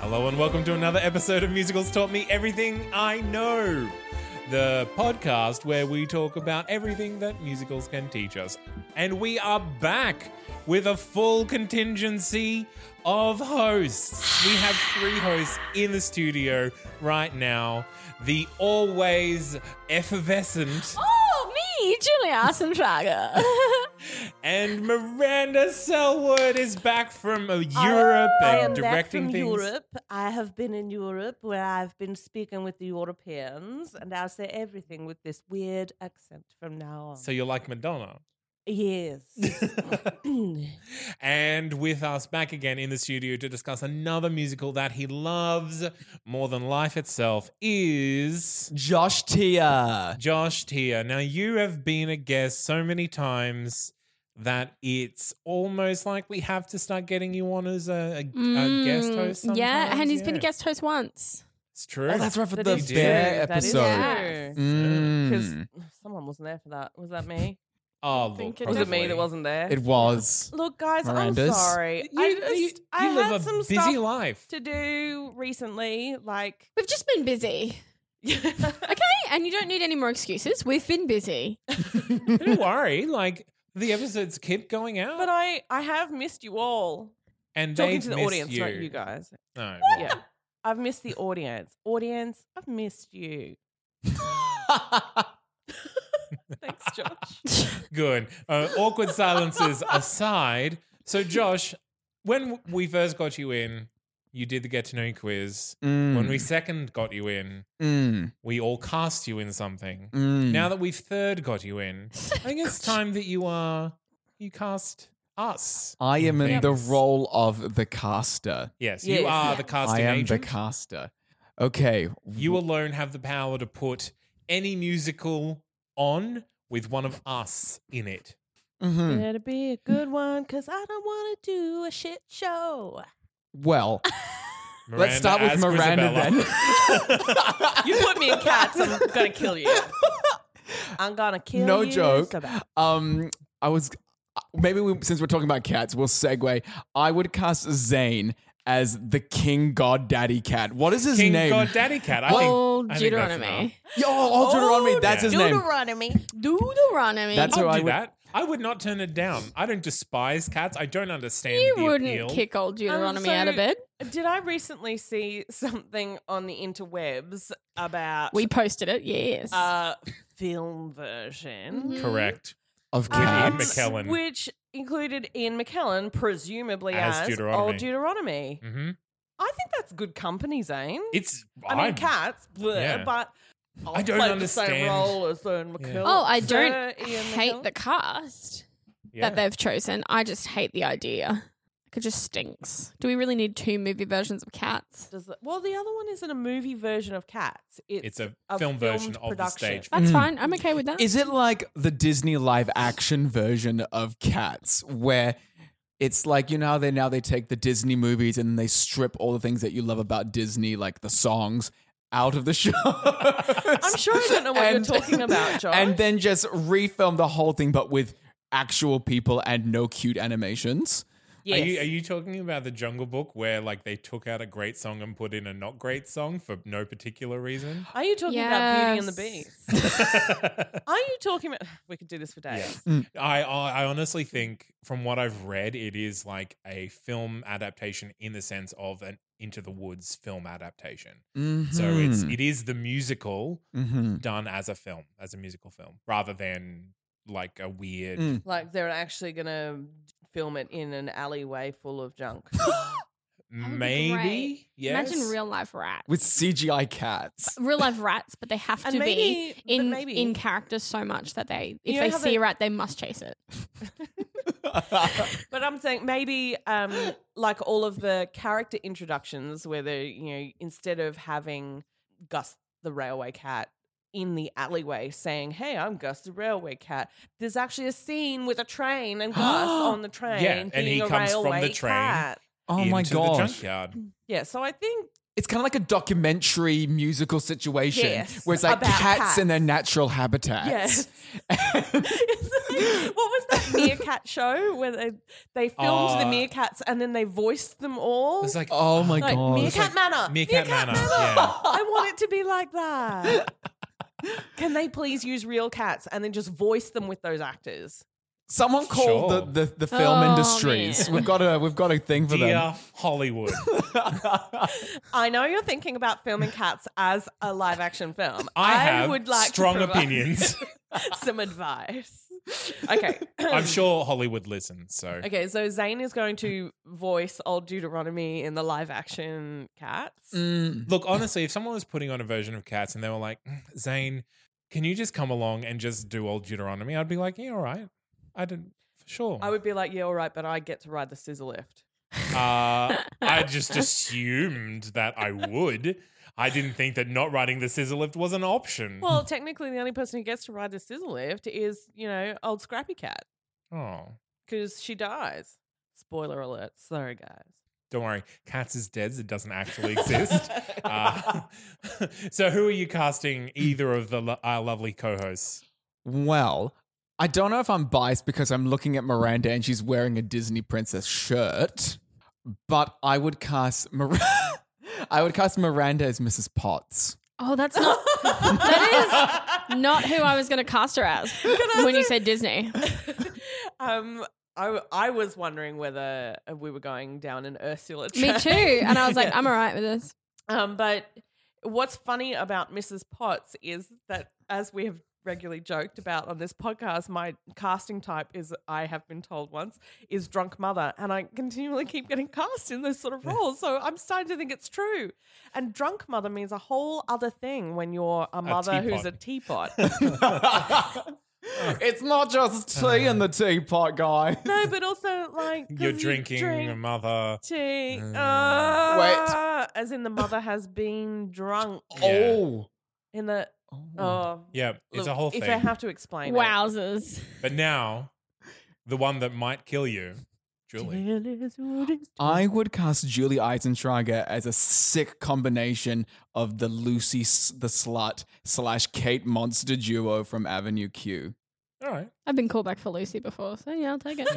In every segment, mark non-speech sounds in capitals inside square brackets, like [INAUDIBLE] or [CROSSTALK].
Hello and welcome to another episode of Musicals Taught Me Everything I Know, the podcast where we talk about everything that musicals can teach us. And we are back with a full contingency of hosts. We have three hosts in the studio right now. The always effervescent Oh, me, Julia [LAUGHS] Asentrager. and Miranda Selwood is back from uh, Europe and I am back directing from things. Europe. I have been in Europe where I've been speaking with the Europeans, and I'll say everything with this weird accent from now on. So you're like Madonna. [LAUGHS] [LAUGHS] yes. and with us back again in the studio to discuss another musical that he loves more than life itself is Josh Tia. Josh Tia. Now, you have been a guest so many times that it's almost like we have to start getting you on as a, a, Mm, a guest host. Sometimes. Mm, yeah, and he's been a Yeah. guest host once. It's true. Oh, that's right for That the is bear true. That is episode. Yes. true. Because Mm. someone wasn't there for that. Was that me? Oh, I look, think it Was it me probably. that wasn't there? It was. Look, guys, Miranda's. I'm sorry. You, I you- just you I live a had some busy stuff life. to do recently, [LAUGHS] like. [LAUGHS] We've just been busy. Okay, and you don't need any more excuses. We've been busy. Don't worry. Like, the episodes keep going out. But I, I have missed you all. and Talking they've to the missed audience, you. not you guys. No. Yeah. I've missed the audience. Audience, I've missed you. [LAUGHS] Thanks, Josh. Good. Uh, awkward silences aside. So, Josh, when we first got you in, you did the get to know you quiz. When we second got you in, Mm. we all cast you in something. Mm. Now that we've third got you in, I think [LAUGHS] it's time that you are you cast us. I am in the Thanks. role of the caster. Yes, you Yes. are Yeah. the casting I am agent. the caster. Okay. you alone have the power to put any musical on with one of us in it. Mhm. Better be a good one, cause I don't want to do a shit show. Well, Miranda let's start with as Miranda [LAUGHS] Grisabella. then. You put me in cats, I'm gonna kill you. [LAUGHS] I'm gonna kill no you. joke. so bad. Um, I was maybe we, since we're talking about cats, we'll segue. I would cast Zane as the King God Daddy Cat. What is his King name? God Daddy Cat. I Old think, I think that's enough. Deuteronomy. Yo, oh, Deuteronomy. Oh, That's his name. Deuteronomy. Deuteronomy. Oh, That's I'll So do I would- that. I would not turn it down. I don't despise cats. I don't understand. you the wouldn't appeal. kick old Deuteronomy so- out of bed. Did I recently see something on the interwebs about We posted it, yes. uh film version? Mhm. Correct. Of With Ian cats. McKellen. Um, Which included Ian McKellen, presumably As as, Deuteronomy. old Deuteronomy. hmm I think that's good company, Zane. It's. I mean, cats, bleh, Yeah. but I'll I don't play The understand. same role as Ian Yeah. McKellen. oh, I don't Sir Ian hate McKellen. the cast yeah. that they've chosen. I just hate the idea. It just stinks. Do we really need two movie versions of cats? Does it- well, the other one isn't a movie version of Cats. It's a film filmed version of the production. stage. That's Mm. fine. I'm okay with that. Is it like the Disney live action version of Cats, where it's like you know how they now they take the Disney movies and they strip all the things that you love about Disney, like the songs, out of the [LAUGHS] show. I'm sure I don't know what you're talking [LAUGHS] about, Josh. And then just refilm the whole thing, but with actual people and no cute animations. Yes. Are you are you talking about the Jungle Book where like they took out a great song and put in a not great song for no particular reason? Are you talking about Beauty and the Yes. Beast? [LAUGHS] Are you talking about? We could do this for days. Yeah. I, I I honestly think from what I've read, it is like a film adaptation in the sense of an Into the Woods film adaptation. So it's it is the musical hmm done as a film, as a musical film, rather than like a weird. Mm. Like they're actually gonna film it in an alleyway full of junk. That would be Maybe. great. Yes. Imagine real life rats. with CGI cats. [LAUGHS] real life rats, but they [LAUGHS] have And to maybe- be but in maybe- in character so much that they if You they have see a a- rat, they must chase it. But I'm saying maybe um, like all of the character introductions where they you know instead of having Gus the railway cat in the alleyway saying, "Hey, I'm Gus the railway cat," there's actually a scene with a train and [GASPS] Gus on the train Yeah, and being he a comes from the railway train. cat. oh my into the gosh. junkyard. Yeah, so I think It's kind of like a documentary musical situation Yes, where it's like about cats, in their cats. natural habitats. what was that meerkat show where they they filmed the Uh, meerkats and then they voiced them all? It's like oh my Like, god. meerkat manor, Meerkat Manor, yeah. [LAUGHS] I want it to be like that. Can they please use real cats and then just voice them with those actors? [LAUGHS] Someone called Sure. the, the, the film Oh, industries. man. We've got a we've got a thing [LAUGHS] for dear [LAUGHS] Hollywood. them. I know you're thinking about filming cats as a live action film. I have would like to strong provide opinions. [LAUGHS] some advice. Okay. [LAUGHS] I'm sure Hollywood listens. So [CLEARS THROAT] Okay, so Zane is going to voice old Deuteronomy in the live action cats. Mm. Look, honestly, if someone was putting on a version of Cats and they were like, "Mm, Zane, can you just come along and just do old Deuteronomy? I'd be like, yeah, all right. I didn't, for sure. I would [LAUGHS] be like, yeah, all right, but I get to ride the scissor lift. Uh, [LAUGHS] I just assumed that I would. I didn't think that not riding the scissor lift was an option. Well, technically, the only person who gets to ride the scissor lift is, you know, old Scrappy Cat oh, because she dies. Spoiler alert. Sorry, guys. don't worry. Cats is dead. It doesn't actually [LAUGHS] exist. uh, [LAUGHS] so, who are you casting? Either of the lo- our lovely co-hosts? Well, I don't know if I'm biased because I'm looking at Miranda and she's wearing a Disney princess shirt, but I would cast Mir- [LAUGHS] I would cast Miranda as Mrs. Potts. Oh, that's not [LAUGHS] that is [LAUGHS] not who I was gonna cast her [LAUGHS] as when you said Disney. um, I, I was wondering whether we were going down an Ursula Me track. too. And I [LAUGHS] was like, I'm alright with this. Um, but what's funny about Mrs. Potts is that, as we have regularly joked about on this podcast, my casting type is, I have been told once, is drunk mother. And I continually keep getting cast in those sort of roles. So I'm starting to think it's true. And drunk mother means a whole other thing when you're a mother who's a teapot. [LAUGHS] it's not just tea in the teapot, guys. no, but also like. 'cause You're you drinking drink a mother. Tea. Mm. Ah, As in the mother has been drunk Oh. in the. Oh. Oh. Yeah, it's a Look, whole thing. If I have to explain it. Wowzers. But now, the one that might kill you, Julie. [LAUGHS] [LAUGHS] I would cast Julie Eisentrager as a sick combination of the Lucy s- the slut slash Kate monster duo from Avenue Q. All right. I've been called back for Lucy before, so yeah, [LAUGHS] I'll take it.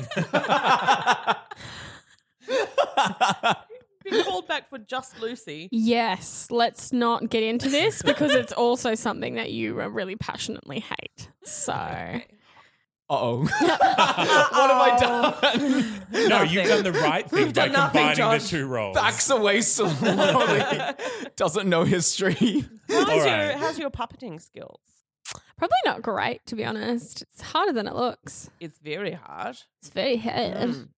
Be called back for just Lucy. Yes, let's not get into this because it's also something that you really passionately hate. So Uh oh. what have I done? No, you've done the right thing We've by done nothing, combining the Josh. two roles. Backs away slowly. Doesn't know history. How's, All your, right. how's your puppeting skills? Probably not great, to be honest. It's harder than it looks. It's very hard. It's very hard. Mm,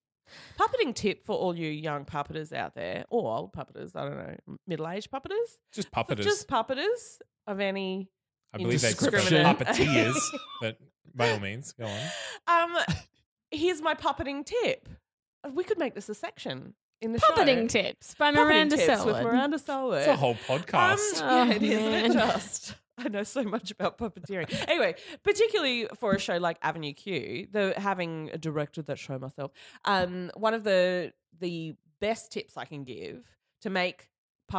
Puppeting tip for all you young puppeters out there, or old puppeters, I don't know, middle aged puppeters. Just But puppeters. Just puppeters of any. I believe they prefer Indiscriminate. puppeteers, but by all means, go on. [LAUGHS] Um, here's my puppeting tip. We could make this a section in the show. Puppeting tips by Puppeting Miranda tips Selwood. with Miranda Selwood. It's a whole Um, podcast. Oh, yeah, it is, isn't it man. just? I know so much about puppeteering. anyway, particularly for a show like Avenue Q, though having directed that show myself, um, one of the the best tips I can give to make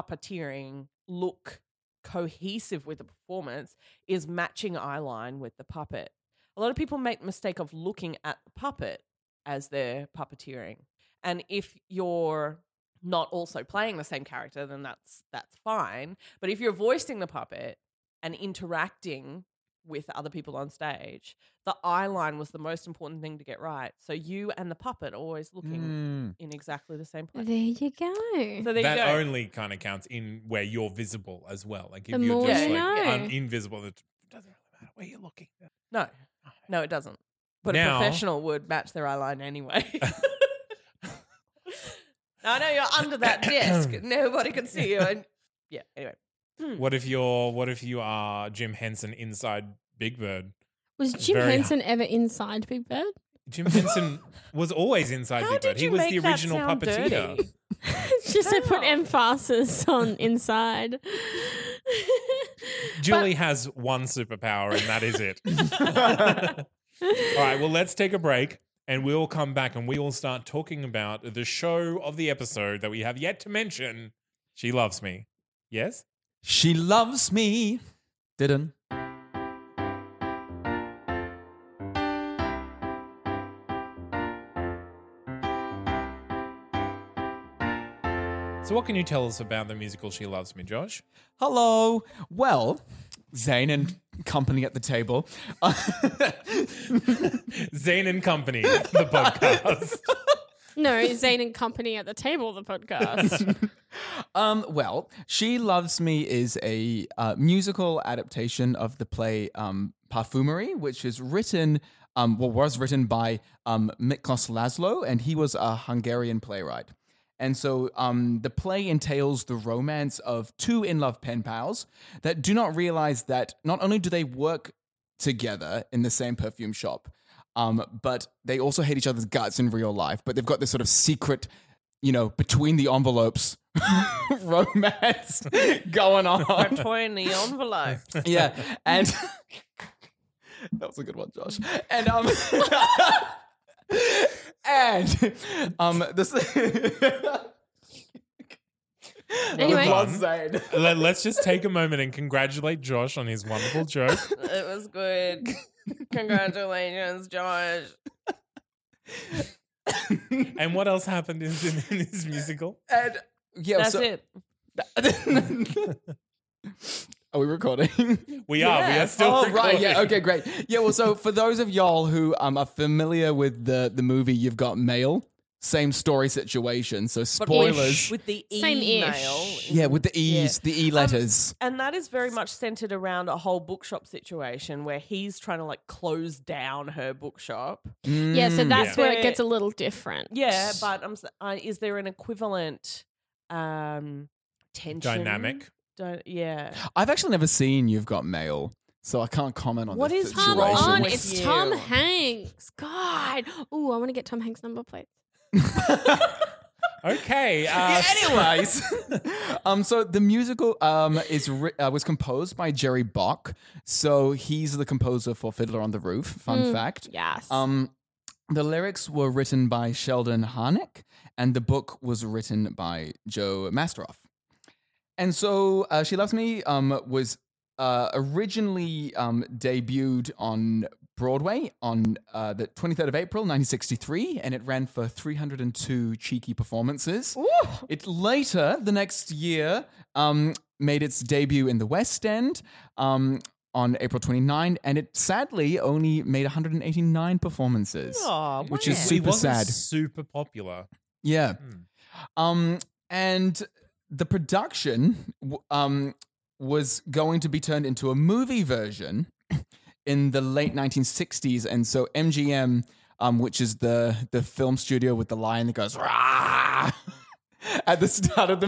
puppeteering look cohesive with the performance is matching eyeline with the puppet. A lot of people make the mistake of looking at the puppet as they're puppeteering. And if you're not also playing the same character, then that's that's fine. But if you're voicing the puppet and interacting with other people on stage, the eye line was the most important thing to get right. So you and the puppet are always looking Mm. in exactly the same place. There you go. So there that you go. only kind of counts in where you're visible as well. Like if The you're more just you like know. I'm invisible, it doesn't really matter where you're looking. no, no, it doesn't. But Now- a professional would match their eye [LAUGHS] line anyway. [LAUGHS] I know you're [COUGHS] under that desk. Nobody can see [LAUGHS] you. And yeah, anyway. What if you're what if you are Jim Henson inside Big Bird? Was Jim Very- Henson ever inside Big [LAUGHS] Bird? [LAUGHS] Jim Henson was always inside How Big Bird. did He you was make the that original sound puppeteer. dirty? Just to put Wow. emphasis on inside. Julie has one superpower and that is it. Hmm. All right, well let's take a break and we'll come back and we will start talking about the show of the episode that we have yet to mention. She loves me. Yes? [LAUGHS] She loves me. Didn't. So what can you tell us about the musical She Loves Me, Josh? Hello. Well, Zane and company at the table. [LAUGHS] Zane and Company, [LAUGHS] the podcast. [LAUGHS] no, Zane and Company at the table, [LAUGHS] the podcast. Um, well, She Loves Me is a uh, musical adaptation of the play um, Parfumery, which is written, um, well, was written by um, Miklos Laszlo, and he was a Hungarian playwright. And so um, the play entails the romance of two in love pen pals that do not realize that not only do they work together in the same perfume shop, um, but they also hate each other's guts in real life. But they've got this sort of secret, you know, between the envelopes [LAUGHS] romance going on. Between the envelope. [LAUGHS] yeah, [LAUGHS] and that was a good one, Josh. And [LAUGHS] um, and um, this. [LAUGHS] Anyway. Well done. Let, us just take a moment and congratulate Josh on his wonderful joke. It was good. Congratulations, Josh. And what else happened in, in this musical? And yeah, That's so- it. [LAUGHS] Are we recording? We are. We are Yes. still [LAUGHS] oh recording. right, yeah, okay, great. Yeah, well, so for those of y'all who um, are familiar with the the movie, you've got Mail. Same story situation. So spoilers. With the E Same ish. nail. Mm. yeah, with the E's, the Um, E letters. And that is very much centered around a whole bookshop situation where he's trying to like close down her bookshop. yeah, so Mm. that's Yeah. where it gets a little different. Yeah, but I'm, s- I- is there an equivalent um, tension? Dynamic. Don't, yeah. I've actually never seen You've Got Mail, so I can't comment on What this is Come situation. Situation on, with it's you. Tom Hanks. God. Ooh, I want to get Tom Hanks' number plate. Okay. Uh, [LAUGHS] anyways, [LAUGHS] um, so the musical um is ri- uh, was composed by Jerry Bach. So he's the composer for Fiddler on the Roof. Fun Mm. fact. Yes. Um, the lyrics were written by Sheldon Harnick, and the book was written by Joe Masteroff. And so, uh, She Loves Me um, was uh, originally um, debuted on Broadway on uh, the 23rd of April, 1963, and it ran for 302 cheeky performances. It later, the next year, um, made its debut in the West End um, on April 29, and it sadly only made 189 performances. Aw, Which is wow. [LAUGHS] he super wasn't sad. super popular. Yeah. Hmm. Um, and the production w- um, was going to be turned into a movie version in the late 1960s. And so MGM, um, which is the, the film studio with the lion that goes "Rah!" [LAUGHS] at the start of the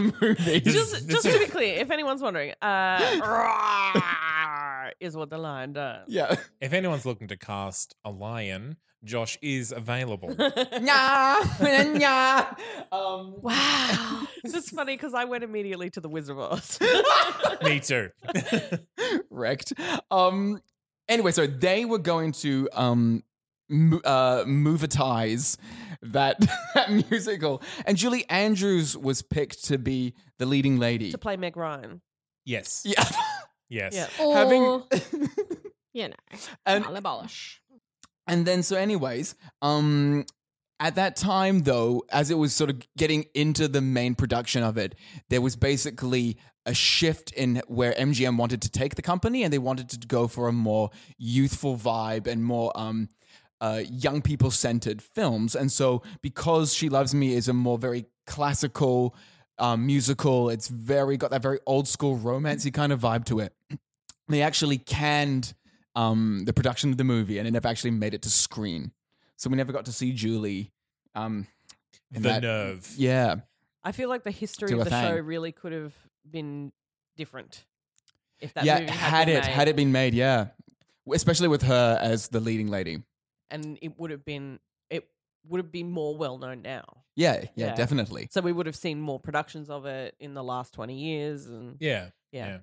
[LAUGHS] movie. Just, just [LAUGHS] to be clear, if anyone's wondering, uh, roar is what the line does. [LAUGHS] yeah. If anyone's looking to cast a lion, Josh is [LAUGHS] available. Nyah, [LAUGHS] nyah. Um, wow. It's funny because I went immediately to the Wizard of [LAUGHS] Oz. [LAUGHS] Me too. wrecked. Um. Anyway, so they were going to um, mo- uh, movitize that [LAUGHS] that musical, and Julie Andrews was picked to be the leading lady. to play Meg Ryan. Yes. yeah. [LAUGHS] Yes. Yeah. [LAUGHS] Or, Having you know, and Malabolish. and then so anyways, um, At that time, though, as it was sort of getting into the main production of it, there was basically a shift in where MGM wanted to take the company, and they wanted to go for a more youthful vibe and more um, uh, young people centered films. And so, because She Loves Me is a more very classical um, musical, it's very got that very old school romancy kind of vibe to it. They actually canned um, the production of the movie, and it never actually made it to screen. So we never got to see Julie. Um, in the that- nerve. Yeah. I feel like the history Do of a the show thing. really could have been different if that yeah. movie Had, been it made, had it been made, yeah. Especially with her as the leading lady. and it would have been it would have been more well known now. Yeah, yeah, Yeah. definitely. So we would have seen more productions of it in the last twenty years, and Yeah. yeah.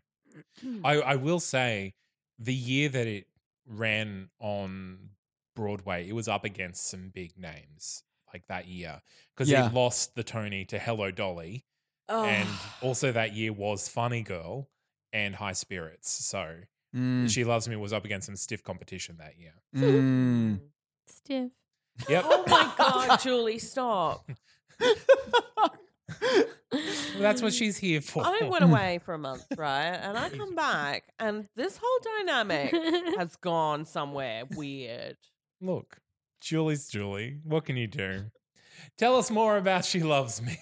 I, I will say the year that it ran on Broadway, it was up against some big names like that year because Yeah. it lost the Tony to Hello Dolly. And Oh. also that year was Funny Girl and High Spirits. So [LAUGHS] Mm, She Loves Me was up against some stiff competition that [GASPS] year. mm. Stiff. Yep. Oh my [LAUGHS] god, Julie, stop! Well, [LAUGHS] That's what she's here for. I went [LAUGHS] away for a month, right? And I come back, and this whole [LAUGHS] dynamic has gone somewhere weird. Look, Julie's Julie. What can you do? Tell us more about She Loves [LAUGHS] Me.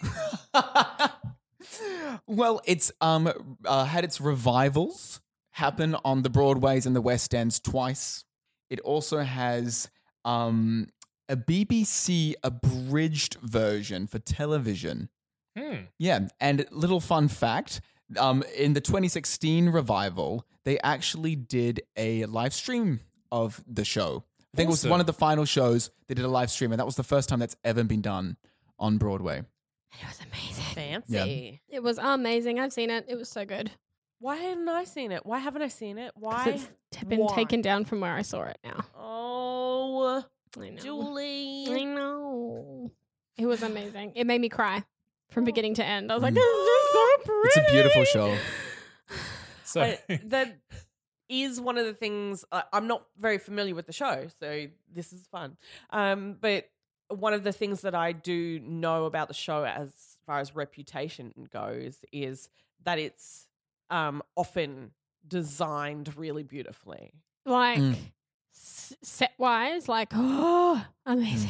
well, it's um uh, had its revivals happen on the Broadways and the West Ends twice. It also has um a BBC abridged version for television. Hmm. Yeah, and little fun fact, um in the 2016 revival, they actually did a live stream of the show. I think it was Awesome. one of the final shows they did a live stream and that was the first time that's ever been done on Broadway. It was amazing. Fancy. It was amazing. I've seen it. It was so good. Why hadn't I seen it? Why haven't I seen it? 'Cause Why? It's t- been Why? taken down from where I saw it now. Oh, I know. I [LAUGHS] Julie. know. Oh. It was amazing. It made me cry from beginning to end. I was like, Mm. this is just so pretty. It's a beautiful show. So [LAUGHS] I- [LAUGHS] that is one of the things I I'm not very familiar with the show, so this is fun. Um, but one of the things that I do know about the show, as far as reputation goes, is that it's um, often designed really beautifully. [GASPS] Like, Mm. s- set wise, like, [GASPS] oh, amazing.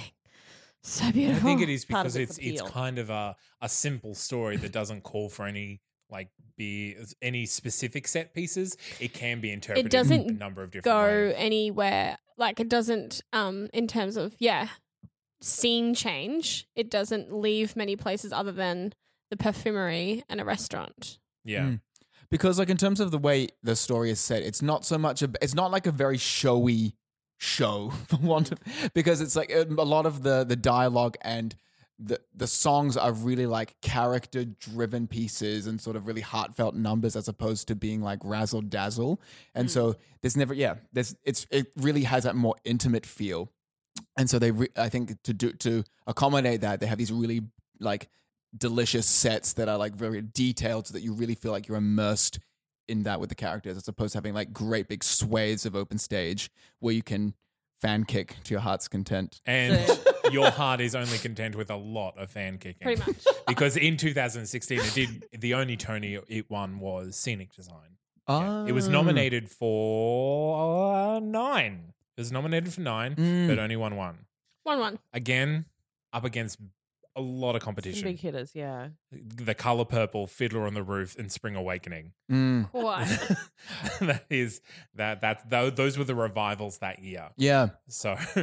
[LAUGHS] So Mm. I beautiful. think it is Part of because its it's it's appeal. kind of a, a simple story that doesn't call for any like be any specific set pieces. It can be interpreted in a doesn't number of different go ways. anywhere. Like, it doesn't, um, in terms of, yeah, scene change, it doesn't leave many places other than the perfumery and a restaurant. Yeah. Mm. because like in terms of the way the story is set it's not so much a it's not like a very showy show [LAUGHS] for want of, because it's like um, a lot of the the dialogue and the the songs are really like character driven pieces and sort of really heartfelt numbers as opposed to being like razzle dazzle and so there's never yeah there's it's it really has that more intimate feel and so they re- i think to do to accommodate that they have these really like delicious sets that are like very detailed so that you really feel like you're immersed in that with the characters as opposed to having like great big swathes of open stage where you can fan kick to your heart's content And your heart is only content with a lot of fan kicking. Pretty [LAUGHS] much. Because in 2016 it did the only Tony it won was scenic design. Yeah. It Oh. was nominated for uh, 9. It was nominated for 9, Mm. but only won one. one, one. Again, up against a lot of Some competition. big hitters, yeah. the color purple, Fiddler on the Roof, and Spring Awakening. Mm. Why? [LAUGHS] that is that that tho- those were the revivals that year. yeah So [LAUGHS]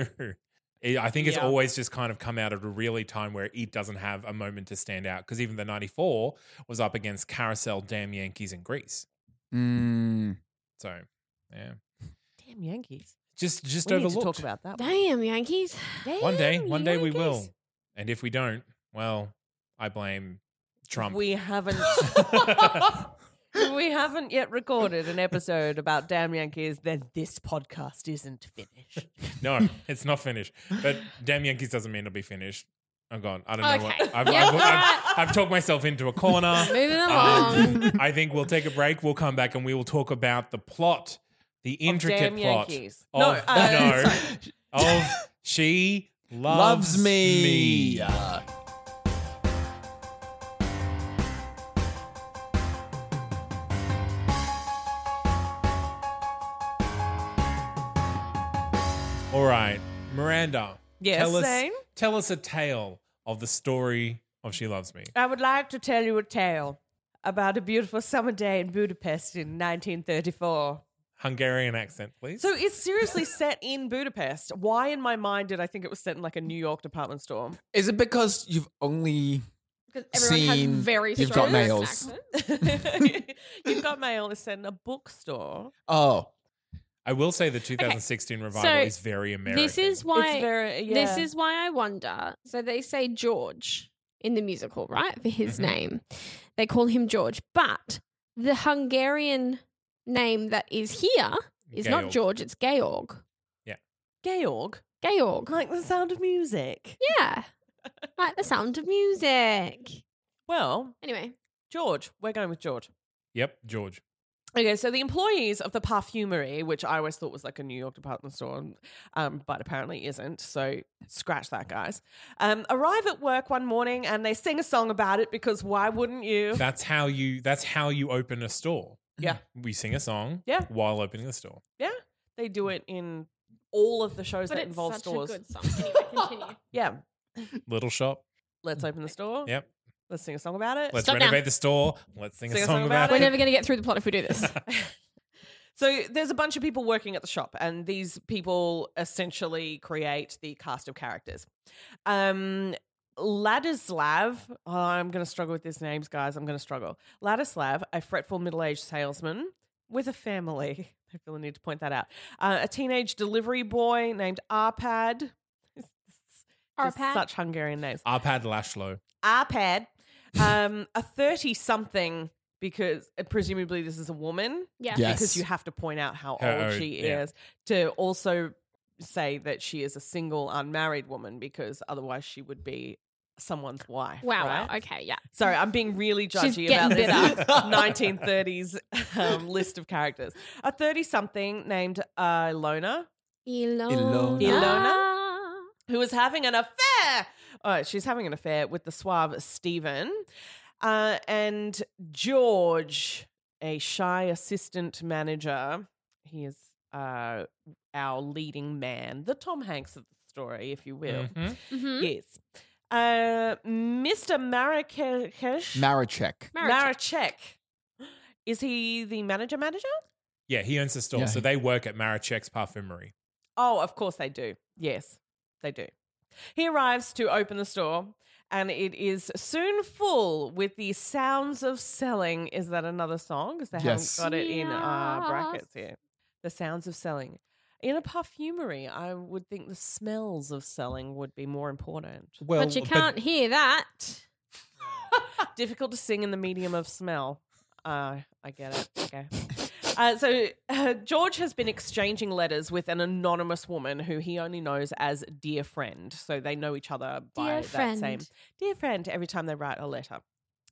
it, I think it's Yeah. always just kind of come out at a really time where it doesn't have a moment to stand out because even the '94 was up against Carousel, Damn Yankees, and Greece. Mm. So yeah, Damn Yankees. just just we need overlooked. to talk about that. One. Damn, Yankees. one day, Damn, one day we will, Yankees. and if we don't, well, I blame Trump. We haven't. [LAUGHS] we haven't yet recorded an episode about Damn Yankees. Then this podcast isn't finished. [LAUGHS] No, it's not finished. But damn Yankees doesn't mean it'll be finished. I'm gone. I don't know Okay. what I've, Yeah. I've, I've, I've talked myself into a corner. [LAUGHS] Moving along. Um, [LAUGHS] I think we'll take a break. We'll come back and we will talk about the plot, the Of intricate Damn plot [LAUGHS] uh, Yankees. of No, uh, no, of she loves, me. me. All right, Miranda. Yes, tell us, Zane? tell us a tale of the story of She Loves Me. [LAUGHS] I would like to tell you a tale about a beautiful summer day in Budapest in 1934. Hungarian accent, please. So it's [LAUGHS] seriously set in Budapest. Why in my mind did I think it was set in like a New York department store? Is it because you've only Because everyone Seen has very You've strong Got Nails. accent. [LAUGHS] You've got mail is set in a bookstore. oh I will say the 2016 revival So, is very American. This is why It's very yeah. This is why I wonder. So they say George in the musical, right? For his Mhm. name. They call him George. But the Hungarian name that is here is not Georg. George, it's Georg. Georg, Georg. like the sound of music. Yeah. like the sound of music. Well, Anyway. George, we're going with George. Yep, George. Okay, so the employees of the parfumery, which I always thought was like a New York department store, um, but apparently isn't, so scratch that, guys, um, arrive at work one morning and they sing a song about it because why wouldn't you? That's how you. That's how you open a store. Yeah. we sing a song. Yeah. while opening the store. They do it in all of the shows But that it's involve such stores. a good song. Anyway, continue. yeah, Little shop. let's open the store. Yep. Let's sing a song about it. Let's Stop now. renovate the store. Let's sing, a song, about, [LAUGHS] We're it. never going to get through the plot if we do [LAUGHS] this. [LAUGHS] So there's a bunch of people working at the shop, and these people essentially create the cast of characters. Um, Ladislav, oh, I'm going to struggle with these names, guys. I'm going to struggle. Ladislav, a fretful middle aged salesman with a family. [LAUGHS] I feel the need to point that out. Uh, a teenage delivery boy named Arpad. Just Arpad? Such Hungarian names. Arpad Lashlo. Arpad, um, a 30 something, because uh, presumably this is a woman Yeah. Yes. because you have to point out how How old old, she yeah. is to also say that she is a single unmarried woman because otherwise she would be someone's wife. Wow. right? Wow. Okay. Yeah. Sorry, I'm being really She's judgy getting about this bitter. 1930s um, list of characters. A 30 something named uh, Ilona Ilona. Ilona? who is having an affair. Oh, she's having an affair with the suave Stephen. Uh, and George, a shy assistant manager. He is uh, our leading man, the Tom Hanks of the story, if you will. Mhm. Mhm. Yes. Uh, Mr. Marrakesh. Maracek. Marriage. Maracek. Is he the manager manager? Yeah, he owns the store, Yeah. so they work at Marachek's Parfumery. Oh, of course they do. Yes, they do. He arrives to open the store, and it is soon full with the sounds of selling. Is that another song? Because they Yes. haven't got it in uh, Yes. brackets here. The sounds of selling. In a perfumery, I would think the smells of selling would be more important. Well, But you can't hear that. Difficult to sing in the medium of smell. Uh, I get it. Okay. Uh, so uh, George has been exchanging letters with an anonymous woman who he only knows as dear friend. So they know each other by Dear that friend. same dear friend every time they write a letter.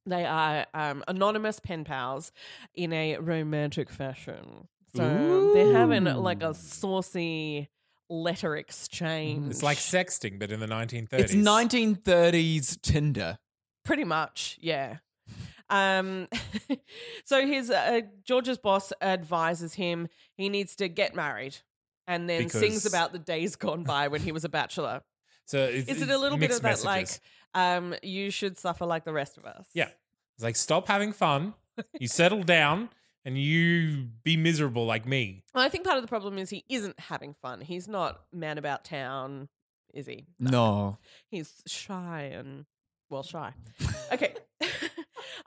They are um, anonymous pen pals in a romantic fashion. So they're having like a saucy letter exchange. Mm-hmm. It's like sexting, but in the 1930s. It's 1930s Tinder. pretty much yeah um [LAUGHS] so his uh, george's boss advises him he needs to get married and then Because- sings about the days gone by when he was [LAUGHS] a bachelor So it's, is it it's a little bit mixed of that messages. like um you should suffer like the rest of us Yeah. It's like stop having fun. You settle down and you be miserable like me. Well, i think part of the problem is he isn't having fun he's not man about town is he No. He's shy and well shy. Okay. [LAUGHS]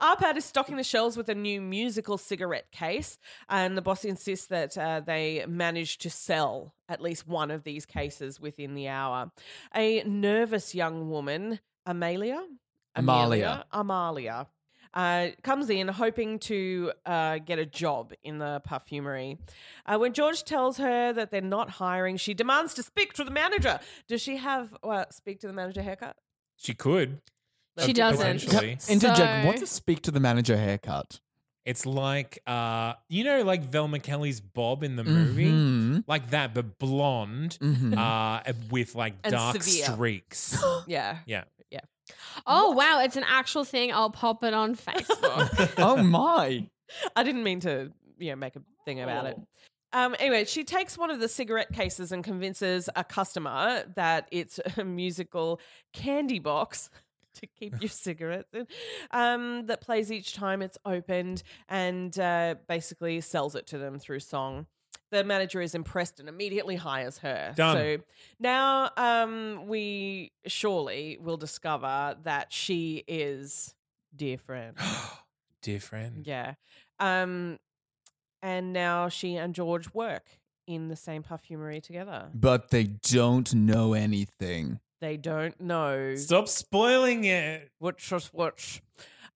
Arpad is stocking the shelves with a new musical cigarette case, and the boss insists that uh, they manage to sell at least one of these cases within the hour. A nervous young woman, Amelia, Amalia. Amalia, uh, comes in hoping to uh, get a job in the perfumery. Uh, when George tells her that they're not hiring, she demands to speak to the manager. Does she have well, speak to the manager haircut? She could. She doesn't. Potentially. Interject. So- What's a speak to the manager haircut? It's like uh, you know, like Velma Kelly's Bob in the movie, Mhm. like that, but blonde, Mhm. uh, with like And dark severe. [GASPS] streaks. [GASPS] Yeah. Oh wow, it's an actual thing. I'll pop [LAUGHS] it on Facebook. [LAUGHS] oh my. I didn't mean to, you know, make a thing about it. Um, anyway, she takes one of the cigarette cases and convinces a customer that it's [LAUGHS] a musical candy box [LAUGHS] to keep your cigarettes in um, that plays each time it's opened and uh, basically sells it to them through song. The manager is impressed and immediately hires her. Done. So now um, we surely will discover that she is dear friend. Dear friend. Yeah. Um and now she and George work in the same perfumery together. But they don't know anything. They don't know Stop spoiling it. which is which.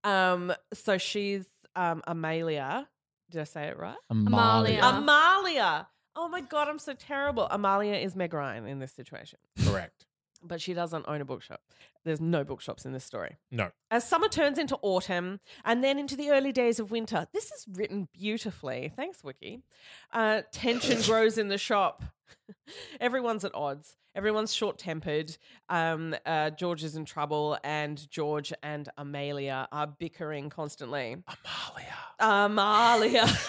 Um so she's um Amalia. Did I say it right? Amalia. Yeah. Amalia. Amalia. Oh my god, I'm so terrible. Amalia is Meg Ryan in this situation. Correct. But she doesn't own a bookshop. There's no bookshops in this story. No. As summer turns into autumn and then into the early days of winter, this is written beautifully. Thanks, Wiki. Uh, [LAUGHS] tension grows in the shop. [LAUGHS] Everyone's at odds. Everyone's short tempered. Um, uh, George is in trouble, and George and Amalia are bickering constantly. Amalia. [LAUGHS] Amalia. [LAUGHS]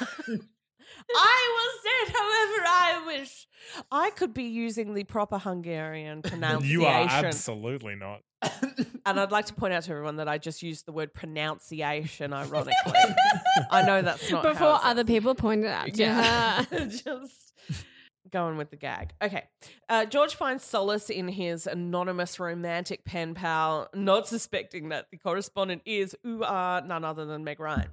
I will say it however I wish. I could be using the proper Hungarian [LAUGHS] pronunciation. You are absolutely not. And I'd like to point out to everyone that I just used the word pronunciation ironically. I know that's not how Before it's- other people point it out to yeah, [LAUGHS] her. just going with the gag. Okay, uh, George finds solace in his anonymous romantic pen pal, not suspecting that the correspondent is ooh ah none other than Meg Ryan.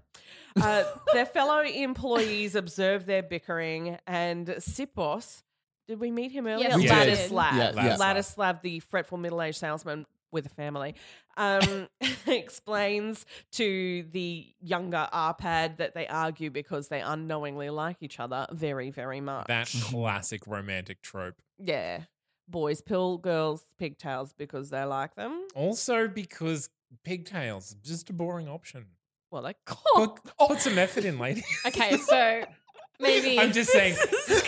Uh, their fellow employees observe their bickering, and Sipos. Did we meet him earlier? Yes, We did. Ladislav. Yeah, yeah. Ladislav, the fretful middle-aged salesman with a family, um, [LAUGHS] explains to the younger Arpad that they argue because they unknowingly like each other very, very much. That classic romantic trope. yeah. Boys pill girls pigtails because they like them. Also because pigtails, just a boring option. Well, like Put, put some effort in, lady. [LAUGHS] Okay, so maybe I'm just [LAUGHS] saying.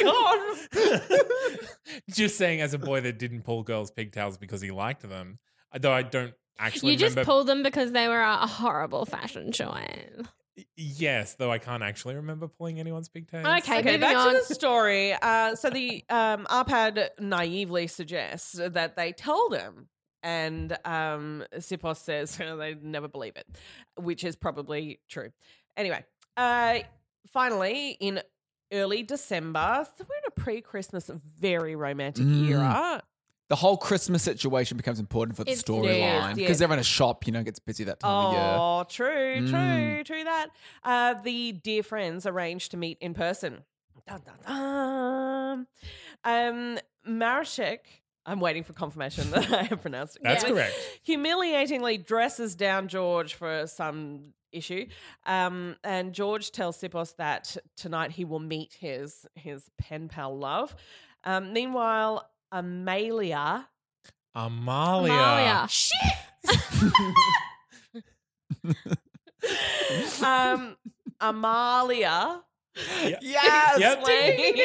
gone. [LAUGHS] just saying, as a boy that didn't pull girls' pigtails because he liked them, uh, though I don't actually you just remember. pulled them because they were a horrible fashion choice. yes, though I can't actually remember pulling anyone's pigtails. Okay, Okay, moving back on. to the story. Uh, so the um, Arpad naively suggests that they tell them, and um, Sipos says [LAUGHS] they never believe it, which is probably true. Anyway, uh, finally, in early December, so we're in a pre-Christmas, very romantic Mm. era. [LAUGHS] The whole Christmas situation becomes important for the It's- storyline yes, yes. because everyone in a shop, you know, gets busy that time of year. Oh, true, true, Mm. true that. Uh, the dear friends arranged to meet in person. Dun, dun, dun. Um, Marashek, I'm waiting for confirmation that I have pronounced it. That's correctly, correct. Humiliatingly dresses down George for some issue. Um, and George tells Sipos that tonight he will meet his his pen pal love. Um, meanwhile, Amalia Amalia. Amalia. [LAUGHS] um, Amalia. Yeah. Yes, Yep. Lane.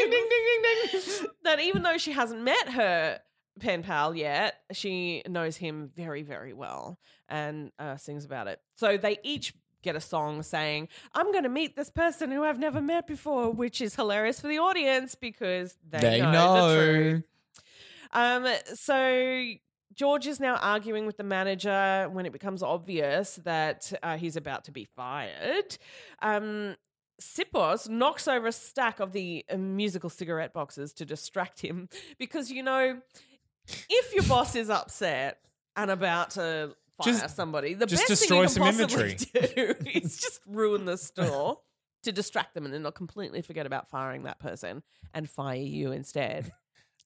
that even though she hasn't met her pen pal yet, she knows him very, very well and uh, sings about it. So they each get a song saying, "I'm going to meet this person who I've never met before," which is hilarious for the audience because they, They know, know. the truth. Um, so George is now arguing with the manager when it becomes obvious that uh, he's about to be fired. Um, Sipos knocks over a stack of the uh, musical cigarette boxes to distract him [LAUGHS] because, you know, if your boss is upset and about to fire Just- somebody, the just best destroy thing some you can possibly [LAUGHS] inventory. do [LAUGHS] is just ruin the store to distract them and then they'll completely forget about firing that person and fire you instead.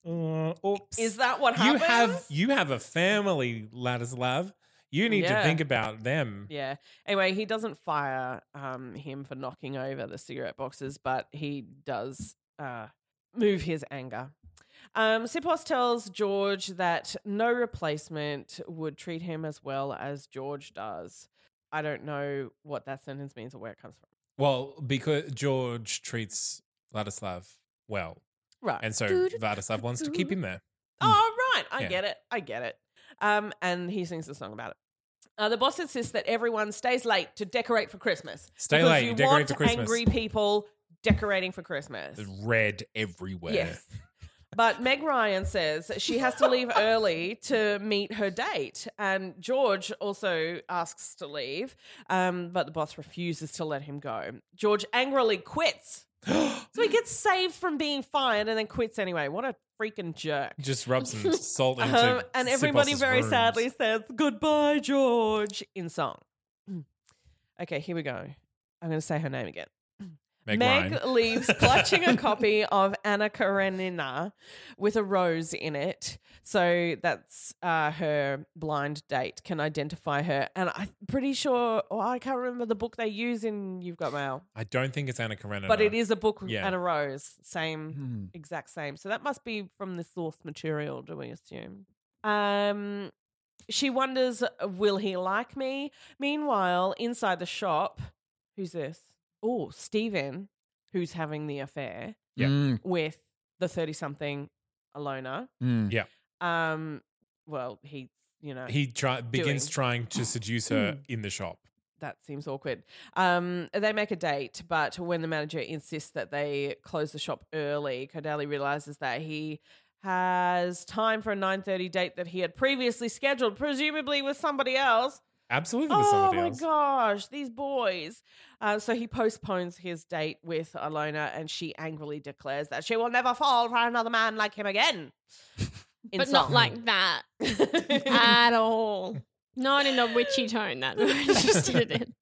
Uh, oops. Is that what you happens? have you have a family, Ladislav. You need Yeah. to think about them. Yeah. Anyway, he doesn't fire um, him for knocking over the cigarette boxes, but he does uh, move his anger. Um, Sipos tells George that no replacement would treat him as well as George does. I don't know what that sentence means or where it comes from. Well, because George treats Vladislav well, Right. and so Dude. Vladislav wants to keep him there. Oh, right. I Yeah. get it. I get it. Um, and he sings a song about it. Uh, the boss insists that everyone stays late to decorate for Christmas. Stay because late, You decorate want for Christmas. Angry people decorating for Christmas. There's red everywhere. Yes. But Meg Ryan says that she has to leave early to meet her date. And George also asks to leave, um, but the boss refuses to let him go. George angrily quits. so he gets saved from being fired and then quits anyway. What a freaking jerk. Just rub some [LAUGHS] salt into Um, and Sipos's everybody very wounds. sadly says goodbye, George, in song. [CLEARS THROAT] Okay, here we go. I'm going to say her name again. Meg, [LAUGHS] Meg, Ryan. leaves clutching a copy of Anna Karenina with a rose in it. So that's uh, her blind date can identify her. And I'm pretty sure, oh, I can't remember the book they use in You've Got Mail, I don't think it's Anna Karenina, but it is a book Yeah. and a rose, same Hmm. exact same. So that must be from the source material, do we assume? Um, she wonders, uh, will he like me? Meanwhile, inside the shop, who's this? Oh, Stephen, who's having the affair Yeah. Mm, with the 30 something Alona. mm. Um, well, he, you know, He try- begins Doing. trying to seduce [CLEARS THROAT] her in the shop. that seems awkward. Um, they make a date, but when the manager insists that they close the shop early, Codali realizes that he has time for a 9.30 date that he had previously scheduled, presumably with somebody else. Absolutely, with Oh somebody my else. gosh, these boys. Uh, so he postpones his date with Alona and she angrily declares that she will never fall for another man like [LAUGHS] him again. In but not song. like that [LAUGHS] at all. Not in a witchy tone that we're interested in.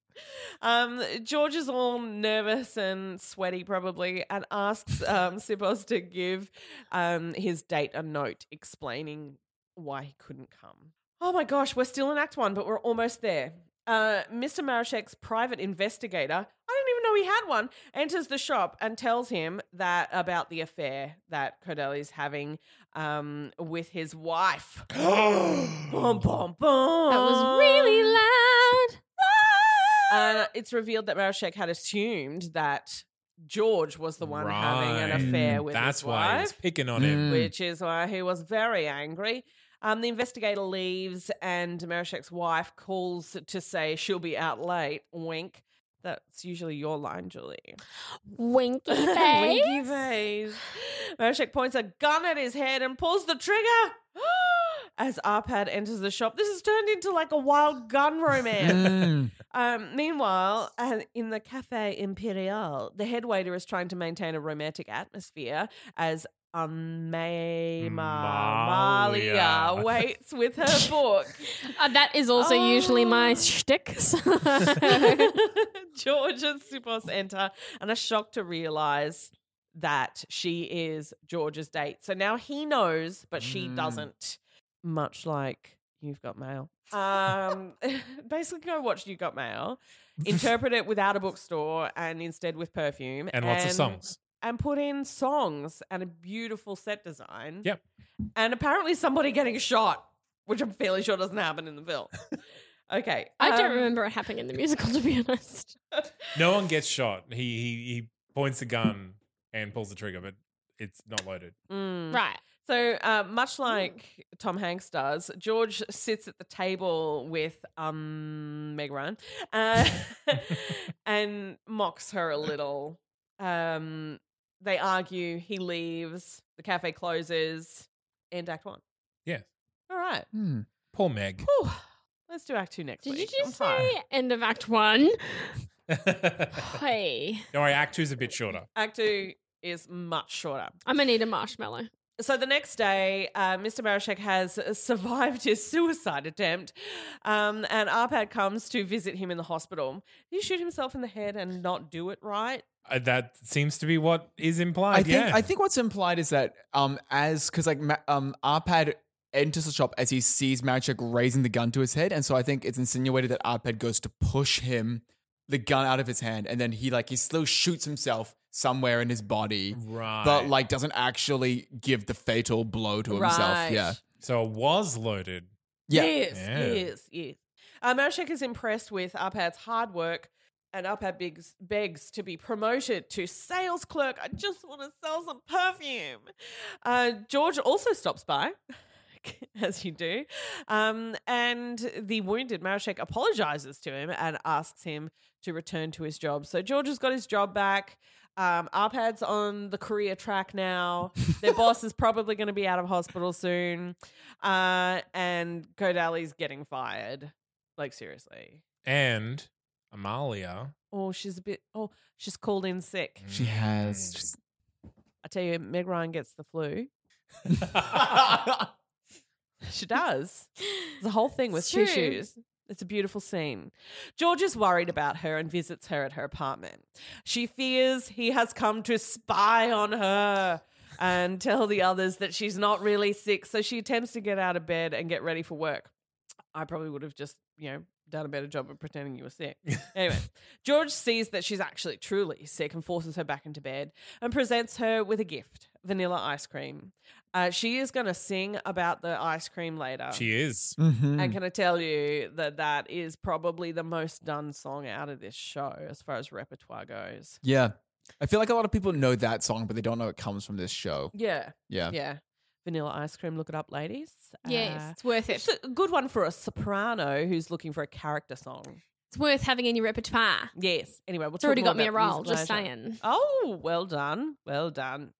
Um, George is all nervous and sweaty, probably, and asks um, Sibos to give um, his date a note explaining why he couldn't come. Oh my gosh, we're still in Act One, but we're almost there. Uh, Mr. Marashek's private investigator, I didn't even know he had one, enters the shop and tells him that about the affair that Cordeli's having um, with his wife. Bum, bum, bum. That was really loud. And Uh, it's revealed that Marashek had assumed that George was the one having Right. an affair with That's his why Hmm. he's wife, picking on him. Mm. which is why he was very angry. Um, the investigator leaves, and Marashek's wife calls to say she'll be out late. Wink. That's usually your line, Julie. Winky face. [LAUGHS] Winky face. Marashek points a gun at his head and pulls the trigger. [GASPS] As Arpad enters the shop, this has turned into like a [LAUGHS] wild gun romance. Mm. Um, meanwhile, uh, in the Cafe Imperial, the head waiter is trying to maintain a romantic atmosphere as Anne Malia Malia. waits with her book. Uh, that is also usually my Oh. shtick. [LAUGHS] so- [LAUGHS] [LAUGHS] George and Supos enter and are shocked to realize that she is George's date. So now he knows, but she Mm. doesn't. Much like you've got mail. Um, [LAUGHS] basically, go watch You Got [LAUGHS] Mail, interpret it without a bookstore and instead with perfume And lots of songs. and put in songs and a beautiful set design. Yep. And apparently somebody getting shot, which I'm fairly sure doesn't happen in [LAUGHS] the film. Okay. I don't um, remember it happening in the musical, [LAUGHS] to be honest. No one gets shot. He he he points a gun and pulls the trigger, but it's not loaded. mm. Right. So uh, Hmm. much like Tom Hanks does, George sits at the table with um, Meg Ryan uh, [LAUGHS] [LAUGHS] and mocks her a little. Um, they argue. He leaves. The cafe closes. End Act One. Yeah. All right. Mm. Poor Meg. Whew. Let's do Act Two next Did you week. just I'm tired. say end of Act [LAUGHS] One? [LAUGHS] Don't Hey, worry, Act Two's a bit shorter. Act Two is much shorter. I'm gonna need a marshmallow. So the next day, uh, Mr. Marashek has [LAUGHS] survived his suicide attempt, um, and Arpad comes to visit him in the hospital. Did he shoot himself in the head and not do it right? Uh, that seems to be what is implied. I think yeah. I think what's implied is that um as because like Ma- um Arpad enters the shop as he sees Marichek raising the gun to his head, and so I think it's insinuated that Arpad goes to push him the gun out of his hand, and then he like he still shoots himself somewhere in his body, right. but like doesn't actually give the fatal blow to himself. Yeah, so it was loaded. yeah. Yes, Yeah. yes, yes. Uh, Marashek is impressed with Arpad's hard work, and up at Biggs begs to be promoted to sales clerk. I just want to sell some perfume. Uh, George also stops by, [LAUGHS] as you do, um, and the wounded Marashek apologizes to him and asks him to return to his job. So George has got his job back. Um, Arpad's on the career track now. Their boss is probably going to be out of hospital soon, uh, and Godali's getting fired. Like seriously. And Amalia. Mm. Oh, she's a bit. Oh, she's called in sick. She has. she's- I tell you, Meg Ryan gets the flu. She does. The whole thing with It's true. tissues. It's a beautiful scene. George is worried about her and visits her at her apartment. She fears he has come to spy on her and tell the others that she's not really sick. So she attempts to get out of bed and get ready for work. I probably would have just, you know, done a better job of pretending you [LAUGHS] were sick. anyway, George sees that she's actually truly sick and forces her back into bed and presents her with a gift vanilla ice cream. Uh, she is going to sing about the ice cream later. [LAUGHS] she is. Mm. Mhm. And can I tell you that that is probably the most done song out of this show as far as repertoire goes? Yeah. I feel like a lot of people know that song, but they don't know it comes from this show. Yeah. Yeah. Yeah. Vanilla ice cream, look it up, ladies. Yes, Uh, it's worth it. it's a good one for a soprano who's looking for a character song. It's worth having in your repertoire. Yes. Anyway, we'll It's already talk got more me a about role, music just later. saying. [GASPS] Oh, well done. Well done.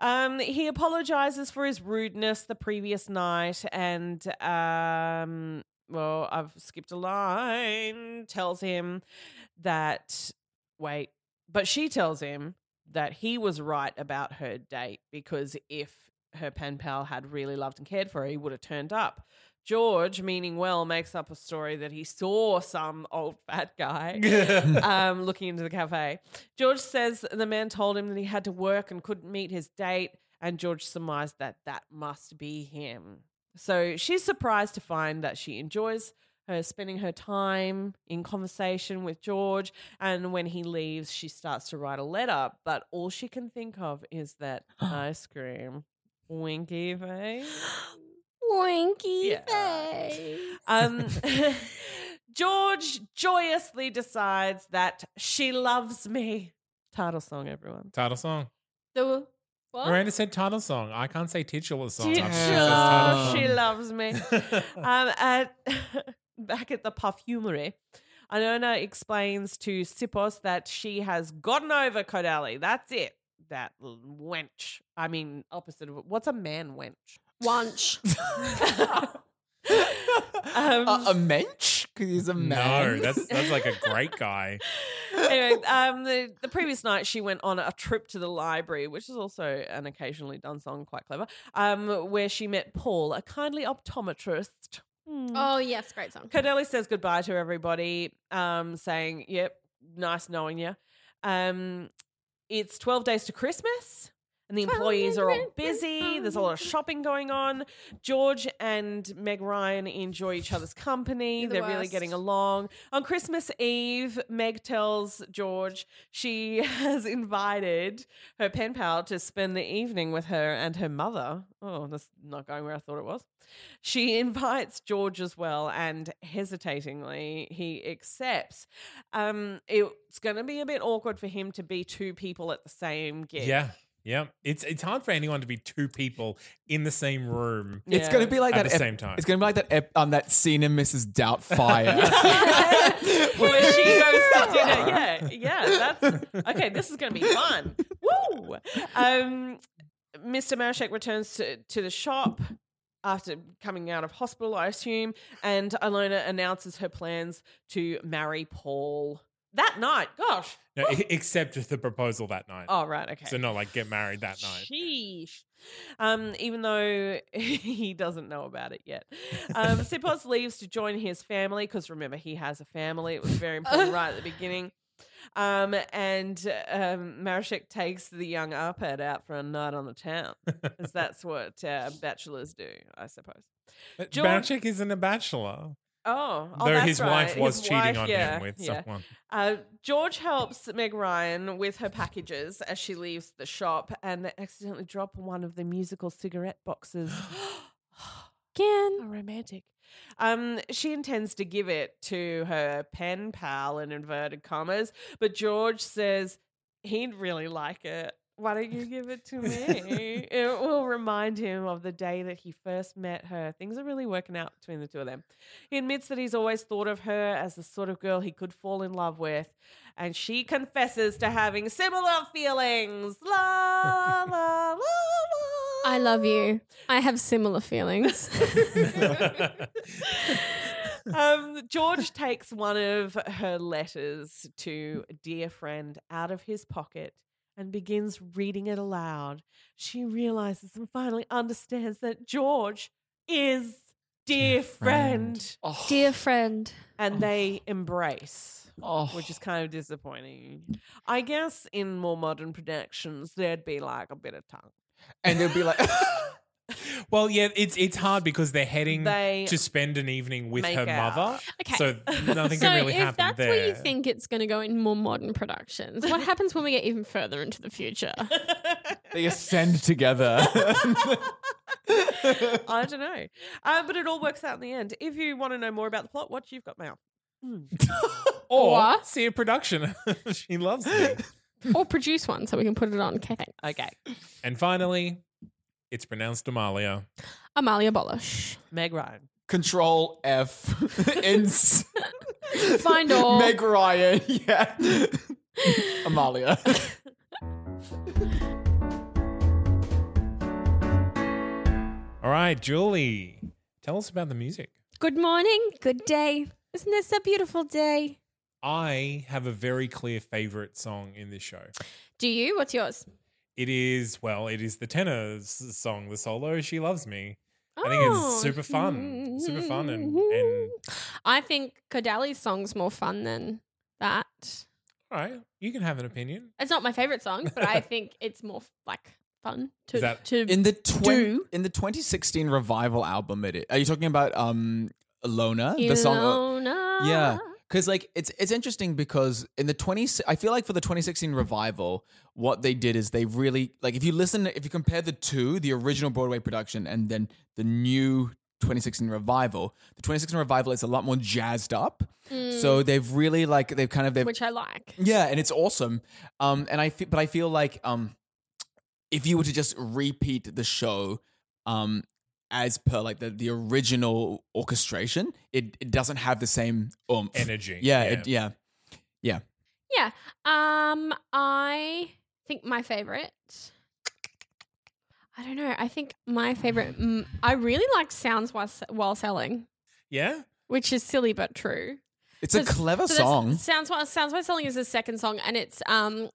Um, he apologizes for his rudeness the previous night and um well, I've skipped a line. Tells him that wait, but she tells him that he was right about her date because if her pen pal had really loved and cared for her, he would have turned up. George, meaning well, makes up a story that he saw some old fat [LAUGHS] guy [LAUGHS] um, looking into the cafe. George says the man told him that he had to work and couldn't meet his date, and George surmised that that must be him. So she's surprised to find that she enjoys her spending her time in conversation with George. And when he leaves, she starts to write a letter, but all she can think of is that ice cream. Winky face. Winky Yeah. face. [LAUGHS] Um, [LAUGHS] George joyously decides that she loves me. Title song, everyone. Title song. The what? Miranda said title song. I can't say titular song. She, I've just said loves, title she song. [LAUGHS] loves me. um, at, [LAUGHS] back at the perfumery, Anona explains to Sipos that she has gotten over Kodali. That's it. That l- wench. I mean, opposite of what's a man [LAUGHS] wench? [LAUGHS] Lunch. Uh, Um, a, a mensch? Uh, 'Cause he's a man. no, that's that's like a great [LAUGHS] guy. anyway, um, the, the previous night she went on a trip to the library, which is also an occasionally done song, quite clever, um, where she met Paul, a kindly optometrist. Hmm. Oh yes, great song. Cardeli says goodbye to everybody, um, saying, Yep, nice knowing you. Um, it's 12 days to Christmas, and the 12 employees are all days to Mm-hmm. busy. There's a lot of shopping going on. George and Meg Ryan enjoy each other's company. You're the They're really worst. getting along. On Christmas Eve, Meg tells George she [LAUGHS] has invited her pen pal to spend the evening with her and her mother. Oh, that's not going where I thought it was. She [LAUGHS] invites George as well, and hesitatingly, he accepts. Um, it's going to be a bit awkward for him to be two people at the same gig. Yeah. Yeah. It's it's hard for anyone to be two people in the same room It's gonna be like at that. the ep- same time. It's gonna be like that ep- on that scene in Mrs. [LAUGHS] Doubtfire. [LAUGHS] where she goes to [LAUGHS] dinner. Yeah, yeah. That's okay. This is going to be fun. Woo! Um, Mr. Marashek returns to, to the shop after coming out of hospital, I assume, and Ilona announces her plans to marry Paul that night. Gosh. no, e- except the proposal that night. Oh, right. Okay. So not like get married that night. Sheesh. Um, even though [LAUGHS] he doesn't know about it yet. Um, [LAUGHS] Sipos leaves to join his family because remember, he has a family. It was very [LAUGHS] important right at the beginning. Um, and um, Marashek takes the young Arpad out for a night on the town. 'cause that's what uh, bachelors do, I suppose. But George- Banchik isn't a bachelor. Oh, oh though that's his wife right. was His cheating wife- on yeah, him with yeah. someone. Uh, George helps Meg Ryan with her packages as she leaves the shop and they [GASPS] accidentally drop one of the musical cigarette boxes. Again. How romantic. Um, she intends to give it to her pen pal in inverted commas, but George says he'd really like it. Why don't you give it to [LAUGHS] me? it will remind him of the day that he first met her. Things are really working out between the two of them. He admits that he's always thought of her as the sort of girl he could fall in love with, and she confesses to having similar feelings. La la la la. I love you. I have similar feelings. [LAUGHS] [LAUGHS] um, George takes one of her letters to dear friend out of his pocket and begins reading it aloud. She realizes and finally understands that George is dear friend, [LAUGHS] Oh. Oh, [LAUGHS] Dear friend. and they embrace. oh. Which [SIGHS] is kind of disappointing. I guess in more modern productions, there'd be like a bit of tongue. and they'll be like, [LAUGHS] [LAUGHS] Well, yeah, it's it's hard because they're heading They to spend an evening with make her out. mother. Okay. So nothing [LAUGHS] so can really if happen that's there. where you think it's going to go in more modern productions, what happens when we get even further into the future? they ascend together. [LAUGHS] I don't know. Uh, but it all works out in the end. If you want to know more about the plot, watch You've Got Mail. or What? see a production. [LAUGHS] she loves it. or produce one so we can put it on. Okay. thanks. Okay. And finally, it's pronounced Amalia. Amalia Bolish. Meg Ryan. Control F. [LAUGHS] Ins. Find all. Meg Ryan. [LAUGHS] Yeah. [LAUGHS] Amalia. All right, Julie, tell us about the music. Good morning. Good day. Isn't this a beautiful day? I have a very clear favorite song in this show. Do you? What's yours? It is, well, it is the tenor's song, the solo, She Loves Me. I think it's super fun. Super fun and, and Oh. I think Codali's song's more fun than that. all right, you can have an opinion. It's not my favorite song, [LAUGHS] but I think it's more like fun to Is that- to In the twen- Do. in the 2016 revival album, it are you talking about um Alona? The song uh, Ilona. [LAUGHS] Yeah. Cause like it's it's interesting because in the twenty I feel like for the 2016 revival, what they did is they really like if you listen if you compare the two, the original Broadway production and then the new 2016 revival, the 2016 revival is a lot more jazzed up. So they've really like they've kind of they've Mm, which I like. yeah, and it's awesome. Um, and I fe- but I feel like um, if you were to just repeat the show, um, as per like the the original orchestration, it, it doesn't have the same oomph. Energy. Yeah, it, yeah. Yeah. Um, I think my favorite. I don't know. I think my favorite. Mm, I really like sounds while s- while selling, Yeah? which is silly but true. It's a Because- clever So that's- song. Sounds while sounds while selling is the second song, and it's um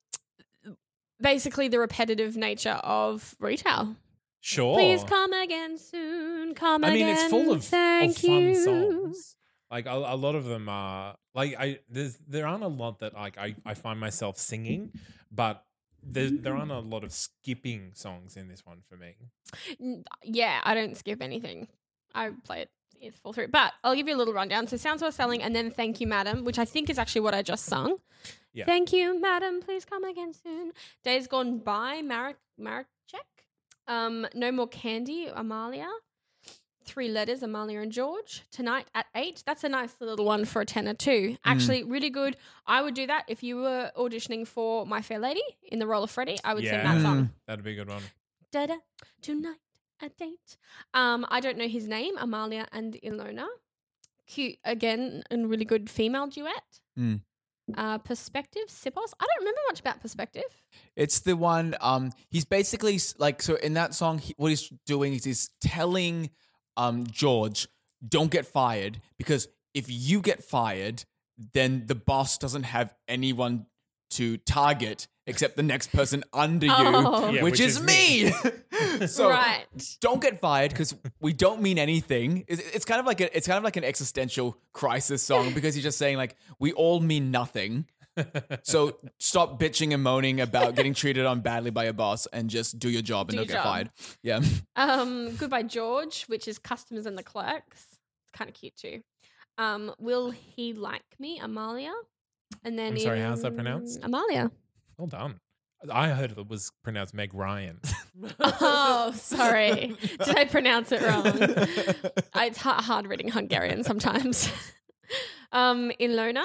basically the repetitive nature of retail. Sure. Please come again soon. Come Oh. I mean, again. it's full of, of thank fun you. songs. Like a, a lot of them are like I there's there aren't a lot that like I, I find myself singing, but there there aren't a lot of skipping songs in this one for me. N- yeah, I don't skip anything. I play it it's full through. But I'll give you a little rundown. So sounds worth selling, and then thank you, madam, which I think is actually what I just sung. Yeah. Thank you, madam. Please come again soon. Days gone by. Marek Marek. Um, no more candy. Amalia. Three letters, Amalia and George. Tonight at eight. That's a nice little one for a tenor too. Mm. Actually, really good. I would do that if you were auditioning for My Fair Lady in the role of Freddie. I would sing Yeah. that song. Mm. That'd be a good one. Da-da, tonight, a date. Um, I don't know his name, Amalia and Ilona. Cute again and really good female duet. Hmm. Mm. Uh, perspective, Sipos. I don't remember much about perspective. It's the one. Um, he's basically s- like so in that song. He, what he's doing is he's telling um George, don't get fired because if you get fired, then the boss doesn't have anyone to target except the next person under you, Oh. Yeah, which which, is, is me. [LAUGHS] uh, so right. don't get fired because we don't mean anything. It's, it's kind of like a, it's kind of like an existential crisis [LAUGHS] song because he's just saying like we all mean nothing. So stop bitching and moaning about [LAUGHS] getting treated on badly by your boss and just do your job and Do don't your get job. fired. Yeah. Um, Goodbye George, which is customers and the clerks. It's kind of cute too. Um, Will he like me, Amalia? And then I'm sorry, how's that [LAUGHS] in- pronounced? Amalia. Well done. I heard it was pronounced Meg Ryan. [LAUGHS] Oh, sorry. Did I pronounce it wrong? [LAUGHS] [LAUGHS] I- [LAUGHS] It's ha- hard reading Hungarian sometimes. [LAUGHS] um, Ilona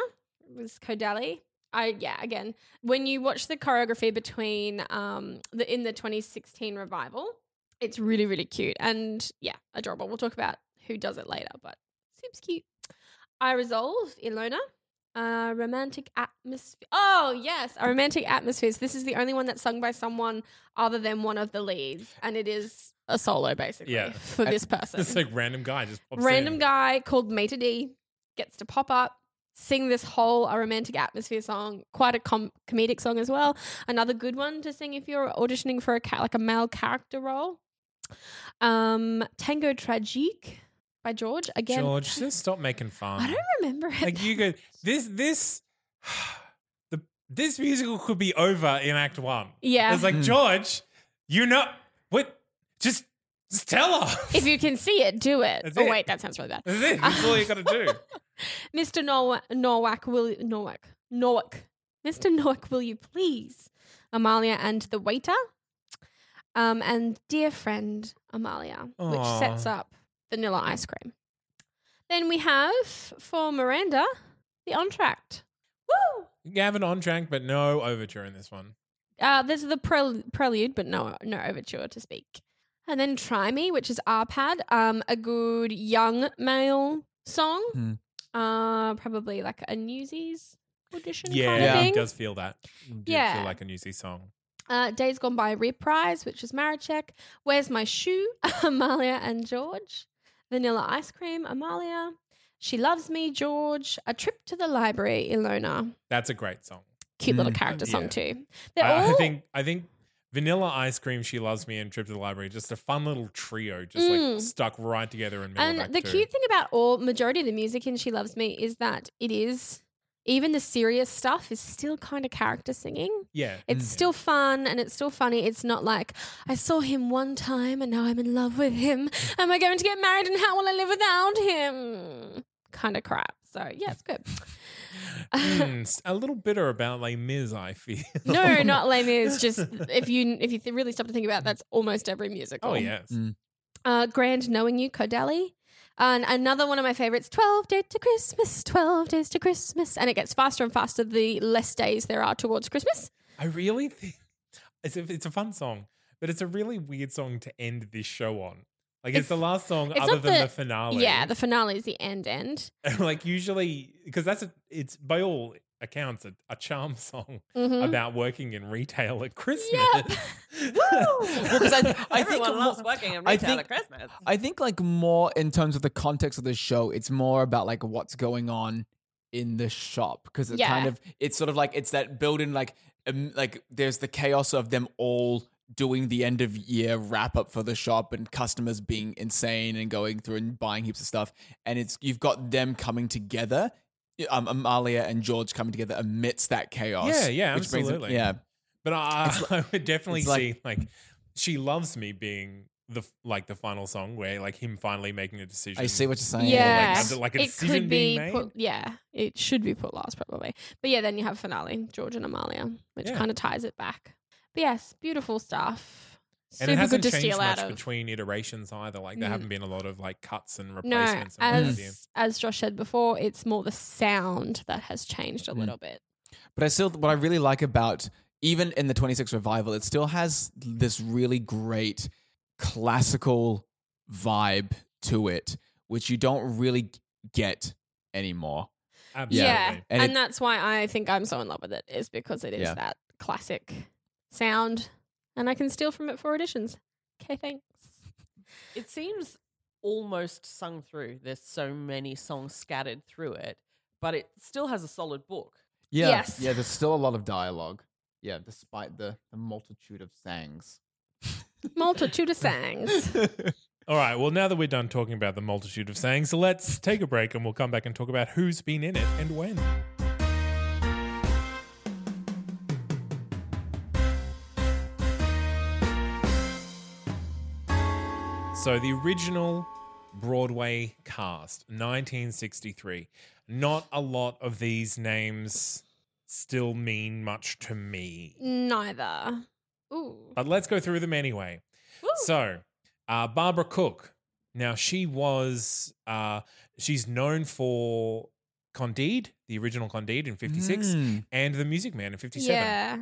was Kodali. I yeah. Again, when you watch the choreography between um the in the 2016 revival, it's really really cute and yeah adorable. We'll talk about who does it later, but seems cute. I resolve Ilona. Uh, romantic atmosphere. Oh yes, a romantic atmospheres. This is the only one that's sung by someone other than one of the leads, and it is a solo basically Yeah. for this person. it's like random guy just pops Random in. guy called Meta D gets to pop up, sing this whole A Romantic Atmosphere song, quite a com- comedic song as well. Another good one to sing if you're auditioning for a ca- like a male character role. Um, Tango Tragique by George. Again, George, just stop making fun. I don't remember it. like you go this this [SIGHS] the this musical could be over in act one [LAUGHS] Yeah. it's like Mm. george you know what just just tell her if [LAUGHS] you can see it, do it. That's oh it. wait, that sounds really bad. that's it that's all you gotta [LAUGHS] do Mr. Norwa- Norwalk, will Norwalk, Norwalk, Mr. Norwalk, will you please, Amalia and the waiter, um, and dear friend Amalia, Aw. which sets up vanilla ice cream. Then we have for Miranda the entr'acte. Woo! you have an on track but no overture in this one Uh, there's the prel- prelude, but no, no overture to speak. And then Try Me, which is RPAD, um, a good young male song. Hmm. Uh, probably like a Newsies audition kind of yeah, Yeah. thing. it does feel that It did Yeah. feel like a newsy song Uh, Days Gone By Reprise, which is Maracek. Where's My Shoe? [LAUGHS] Amalia and George. Vanilla Ice Cream, Amalia. She Loves Me, George. A Trip to the Library, Ilona. that's a great song Cute little Mm, character song yeah. too. They're I, I all think i think vanilla ice cream she loves me and trip to the library just a fun little trio just Mm. like stuck right together in middle of And Act the Two. cute thing about all majority of the music in She Loves Me is that it is even the serious stuff is still kind of character singing. yeah Hmm. It's still fun and it's still funny. It's not like I saw him one time and now I'm in love with him. Am I going to get married and how will I live without him? Kind of crap. So yeah, it's good. Hmm, s- a little bitter about like Miz, I feel. No, [LAUGHS] not lame is just if you if you th- really stop to think about it, that's almost every musical. Oh yes. Mm. Uh, Grand Knowing You, Codelli. And another one of my favorites, 12 Days to Christmas, 12 Days to Christmas. And it gets faster and faster the less days there are towards Christmas. I really think it's a, it's a fun song, but it's a really weird song to end this show on. Like it's, It's- the last song it's other not than the, the- finale. Yeah, the finale is the end end. [LAUGHS] like usually because that's a, it's by all accounts a, a charm [LAUGHS] song Mm-hmm. Mhm. about working in retail at Christmas. [LAUGHS] Well, [LAUGHS] 'cause I, I think Everyone loves more- working in I retail think- at Christmas. I think like more in terms of the context of the show, it's more about like what's going on in the shop because it kind Yeah. of it's sort of like it's that building like um, like there's the chaos of them all doing the end of year wrap up for the shop and customers being insane and going through and buying heaps of stuff and it's you've got them coming together um, Amalia and George coming together amidst that chaos Yeah, yeah, which brings it- absolutely. yeah [LAUGHS] But I, It's I would definitely it's like- see like she loves me being the f- like the final song where like him finally making a decision. I see what you're saying yeah. under- like a decision being made. put, yeah, it should be put last probably. But yeah, then you have finale, George and Amalia, which Yeah. kind of ties it back. But yes, beautiful stuff. And Super it hasn't good to changed steal much out of. between iterations either. Like there Mm. haven't been a lot of like cuts and No, replacements. and what have you. as as Josh said before, it's more the sound that has changed a Mm. little bit. But I still, what I really like about even in the 26 revival, it still has this really great classical vibe to it, which you don't really get anymore. Absolutely. Yeah. Yeah. And, And it- that's why I think I'm so in love with it, is because it is Yeah. that classic sound. And I can steal from it for auditions. Okay, thanks. It seems almost sung through. There's so many songs scattered through it, but it still has a solid book. Yeah. Yes. Yeah. There's still a lot of dialogue. Yeah. Despite the, the multitude of sangs. [LAUGHS] Multitude of sangs. All right. Well, now that we're done talking about the multitude of sayings, let's take a break and we'll come back and talk about who's been in it and when. So, the original Broadway cast, 1963. Not a lot of these names still mean much to me. Neither. Ooh. But let's go through them anyway. Woo. So, uh, Barbara Cook. Now she was uh, she's known for Candide, the original Candide in '56, Mm. and The Music Man in '57. yeah.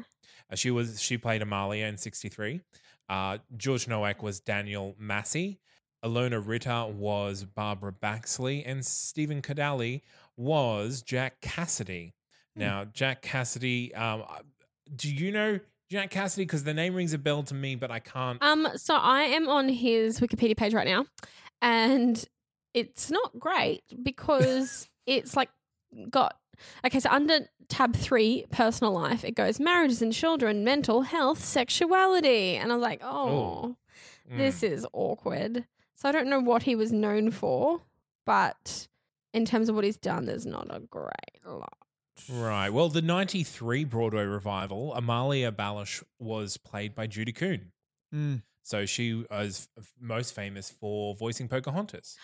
Uh, She was she played Amalia in '63. Uh, George Nowak was Daniel Massey. Alona Ritter was Barbara Baxley, and Stephen Cadali was Jack Cassidy. Hmm. Now, Jack Cassidy, um, uh, do you know Jack Cassidy? Because the name rings a bell to me, but I can't. Um, so I am on his Wikipedia page right now, and it's not great [LAUGHS] because it's like got okay. So under tab three, personal life, it goes marriages and children, mental health, sexuality, and I was like, oh, Mm. this is awkward. So I don't know what he was known for, but in terms of what he's done, there's not a great lot. Right. Well, the 93 Broadway revival, Amalia Balish was played by Judy Kuhn. Hmm. Mm. So she is f- most famous for voicing Pocahontas.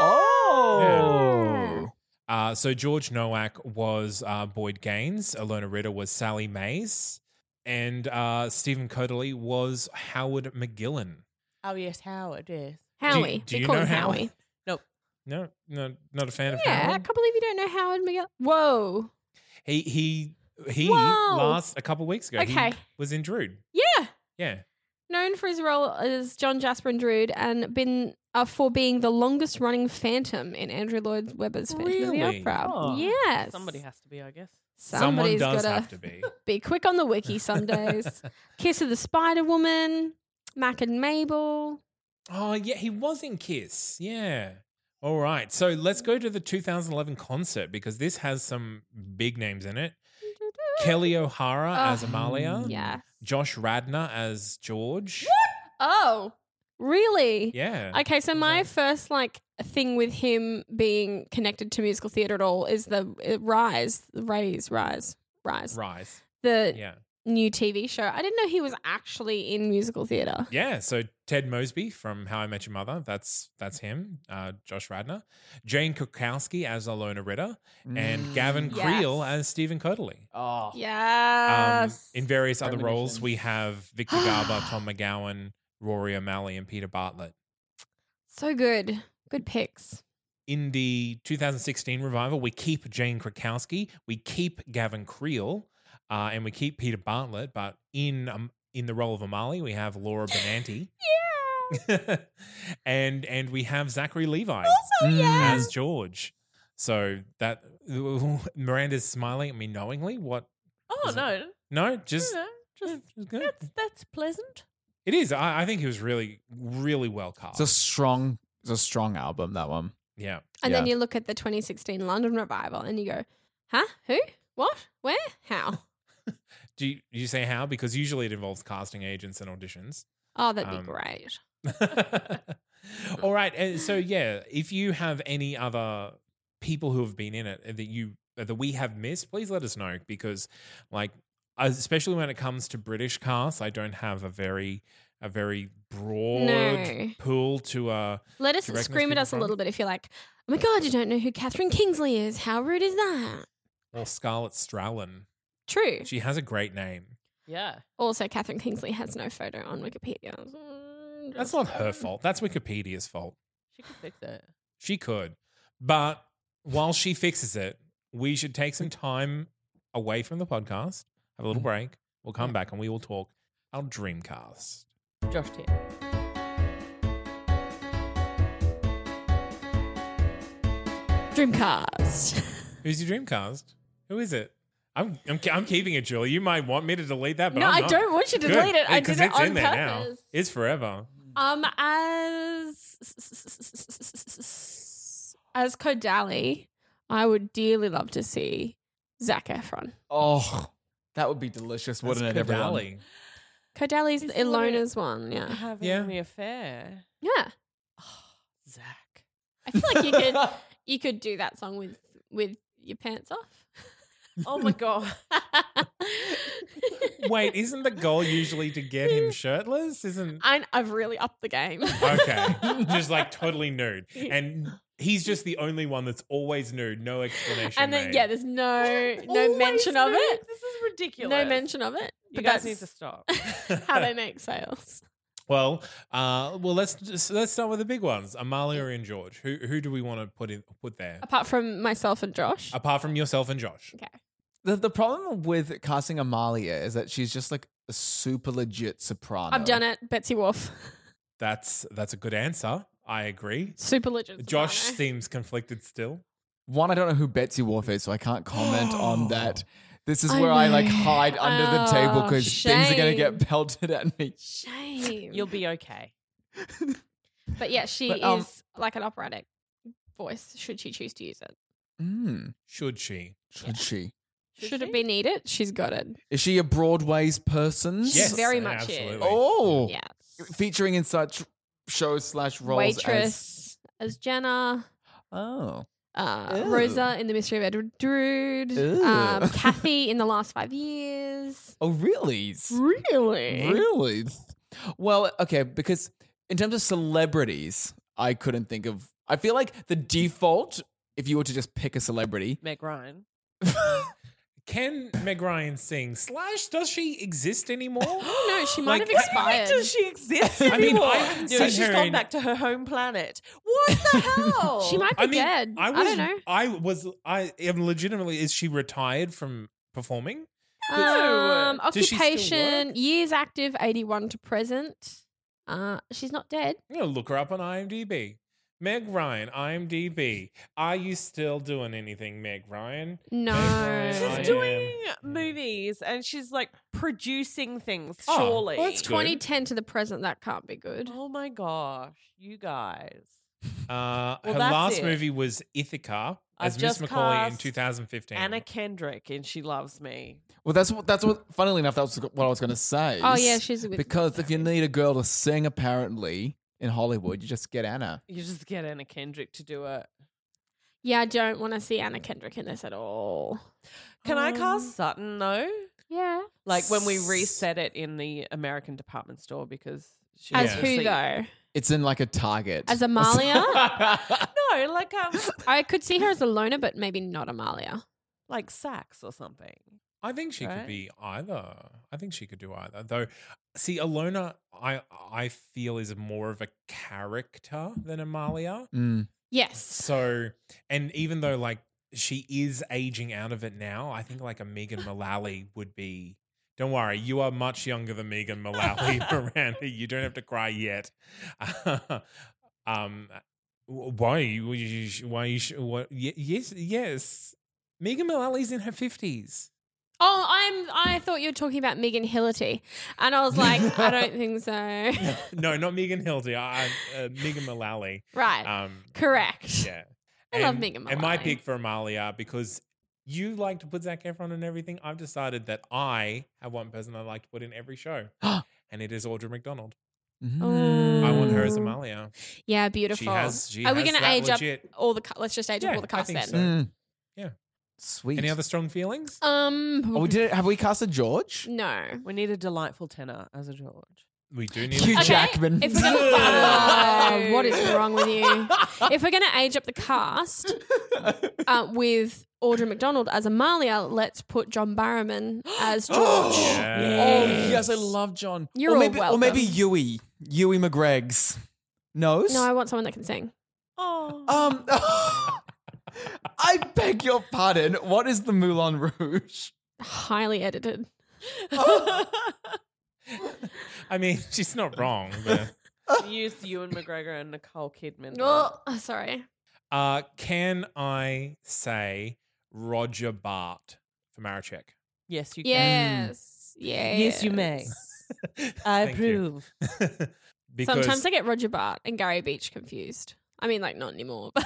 Oh yeah. Oh. Uh, so George Nowak was uh, Boyd Gaines, Alona Ritter was Sally Mays, and uh, Stephen Coderly was Howard McGillen. Oh yes, Howard. Yes. Howie. do we you call know him Howie? Howie. No, no, not a fan of Yeah, I Howard. can't believe you don't know Howard McGill. Whoa. He he he Whoa. last a couple weeks ago. he Okay. was in Drood. Yeah. Yeah. Known for his role as John Jasper and Drood and been uh, for being the longest running Phantom in Andrew Lloyd Webber's Phantom of the Really? Opera. Oh. yes. Somebody has to be, I guess. Somebody's Someone does gotta have to be. be quick on the [LAUGHS] wiki some days. Kiss of the Spider Woman, Mac and Mabel. Oh yeah, he was in Kiss. Yeah. All right. So let's go to the 2011 concert because this has some big names in [LAUGHS] it. Kelly O'Hara as Oh, Amalia. Yes. Josh Radner as George. Oh, really? Yeah. Okay, so my first like thing with him being connected to musical theater at all is the uh, Rise, Ray's Rise, Rise, Rise. the Yeah. new TV show. I didn't know he was actually in musical theater. Yeah. So Ted Mosby from How I Met Your Mother. That's that's him. Uh, Josh Radner. Jane Krakowski as Alona Ritter. Mm, And Gavin Yes. Uh, Creel as Stephen Cotley. Oh. Um, Yes. in various other roles, Premonition. we have Victor Garber, Tom McGowan, Rory O'Malley, and Peter Bartlett. so good. Good picks. in the 2016 revival, we keep Jane Krakowski, we keep Gavin Creel, uh, and we keep Peter Bartlett. But in um, in the role of Amali, we have Laura [LAUGHS] Benanti, Yeah. [LAUGHS] and and we have Zachary Levi Also, Mm. as yes. George. So that [LAUGHS] Miranda's smiling at me knowingly. What? Oh Is it- no, No, just no, just just good. that's that's pleasant. It is. I, I think he was really, really well It's a cast. strong, it's a strong album. That one. Yeah. And then Yeah. you look at the 2016 London revival and you go, huh? Who? What? Where? [LAUGHS] How? Do you, you say how? Because usually it involves casting agents and auditions. Oh, that'd Um, be great. [LAUGHS] All right. uh, So yeah, if you have any other people who have been in it that you that we have missed, please let us know because, like, especially when it comes to British casts, I don't have a very a very broad No. pool to uh Let us Do you reckon scream those at people us a from- little bit if you're like, oh my God, you don't know who Catherine Kingsley is. How rude is that? well Scarlett Strallen. True. She has a great name. Yeah. also, Catherine Kingsley has no photo on Wikipedia. Mm, That's just- not her fault. That's Wikipedia's fault. She could fix it. She could. But while she fixes it, we should take some time away from the podcast, have a little break. We'll come back and we will talk our Dreamcast. Josh Tier. Dreamcast. [LAUGHS] Who's your Dreamcast? Who is it? I'm, I'm, I'm keeping it, Julie. You might want me to delete that, but no, I'm I not. don't want you to Good. delete it. I 'Cause did it it's on in there now. purpose. It's forever. Um, as as Kodali, I would dearly love to see Zac Efron. Oh, that would be delicious, wouldn't That's it, everyone? Kodali. Kodali's Is he one of- Ilona's one, yeah, Having Yeah. the affair. yeah. Zach. I feel like you [LAUGHS] could you could do that song with with your pants Oh my [LAUGHS] god. off. Wait, isn't the goal usually to get [LAUGHS] him shirtless? Isn't I, I've really upped the game. [LAUGHS] okay? Just like totally nude and he's just the only one that's always nude, no explanation. And then made. yeah, there's no no Always mention of nude? it. This is ridiculous. No mention of it. You But guys that's need to stop. how they make sales. Well, uh, well, let's just, let's start with the big ones. Amalia and George. Who who do we want to put in put there? Apart from myself and Josh. Apart from yourself and Josh. Okay. The, the problem with casting Amalia is that she's just like a super legit soprano. I've done it. Betsy Wolf. [LAUGHS] That's that's a good answer. I agree. Super legit. Josh soprano. seems conflicted still. One, I don't know who Betsy Wolf is, so I can't comment [GASPS] on that. This is I where I like know. hide under the table Oh, because things are gonna get shame. pelted at me. Shame. You'll be okay. but yeah, she But, um, is like an operatic voice, should she choose to use it. Mm, Should she? should she? Should, Should it she? be needed? She's got it. Is she a Broadway's person? Yes. Very much it. Oh, Yes. featuring in such shows slash roles. As, Waitress as, Jenna. oh, Uh, Ooh. Rosa in The Mystery of Edward Drood. [LAUGHS] Ooh. Um, Kathy in The Last Five Years. oh, really? Really? Really? Well, okay, because in terms of celebrities, I couldn't think of. I feel like the default, if you were to just pick a celebrity, Meg Ryan. Can Meg Ryan sing? Slash, does she exist [GASPS] anymore? [GASPS] No, she might Like, have [LAUGHS] expired. Does she [LAUGHS] exist I mean, anymore? I haven't Dude, seen she's her gone in- back to her home planet. What [LAUGHS] the hell? She might be I mean, dead. I I, was, don't know. I was, I am legitimately. Is she retired from performing? Um, uh, Does she still occupation, work? years active, 81 to present. Uh, she's not dead. I'm gonna look her up on IMDb. Meg Ryan, IMDb. Are you still doing anything, Meg Ryan? No. Ryan, She's I doing am- movies and she's like producing things. Oh, Surely. well, that's good. 2010 to the present. That can't be good. Oh my gosh, you guys. Uh, Well, her that's last it. movie was Ithaca I've as Miss just Macaulay in cast 2015. Anna Kendrick and She Loves Me. [LAUGHS] well, that's what that's what. Funnily enough, that's what I was going to say. Oh, yeah, she's with because if you need a girl to sing, apparently in Hollywood, you just get Anna. You just get Anna Kendrick to do it. Yeah, I don't want to see Anna Kendrick in this at all. Can I Um, cast Sutton though? Yeah. Like when we reset it in the American department store because she As was Yeah. who asleep. though? It's in like a Target [LAUGHS] As Amalia? No, like um I could see her as Alona, but maybe not Amalia. like Sax or something. I think she could Right? be either. I think she could do either. Though, see, Alona, I I feel is more of a character than Amalia. Mm. Yes. So, and even though like she is aging out of it now, I think like a Megan Mullally would be. Don't worry, you are much younger than Megan Mullally, [LAUGHS] Miranda. You don't have to cry yet. [LAUGHS] um, w- why? you- you- you- Why? you sh- What? ye- Yes, yes. Megan Mullally's in her fifties. [LAUGHS] Oh, I'm. I thought you were talking about Megan Hillerty, and I was like, [LAUGHS] I don't think so. no, not Megan Hildy. I, I- uh, Megan Mullally. right. Um, [LAUGHS] Correct. Yeah. I love Megan And my Mullally. pick for Amalia, because you like to put Zac Efron in everything, I've decided that I have one person I like to put in every [GASPS] show. and it is Audra McDonald. Oh. Mm. I want her as Ooh. Amalia. Yeah, Mm, beautiful. She has she Are we has gonna that age legit. up all the? Ca- let's just age Yeah, up all the I cast think then. so. Mm. Yeah. Sweet. Any other strong feelings? Um. Oh, we did. Have we casted [LAUGHS] George? [GASPS] no. We need a delightful tenor as a George. we do need Hugh Okay, Jackman. If we're [LAUGHS] gonna, Oh, what is wrong with you? If we're going to age up the cast uh, with Audra McDonald as Amalia, let's put John Barrowman as George. Oh Yes. yes, I love John. You're or all maybe, Or maybe welcome. Yui, Yui McGreg's nose. No, I want someone that can sing. Oh, [LAUGHS] Um, I beg your pardon. What is the Moulin [LAUGHS] Rouge? Highly edited. I mean, [LAUGHS] she's not wrong. [LAUGHS] But, [LAUGHS] use Ewan McGregor and Nicole Kidman. [GASPS] Oh, sorry. uh, can I say Roger Bart for Marachek? Yes, you Yes. Yes. Yes, you may. I Thank you. approve. [LAUGHS] because Sometimes I get Roger Bart and Gary Beach confused. I mean, like, not anymore, [LAUGHS] but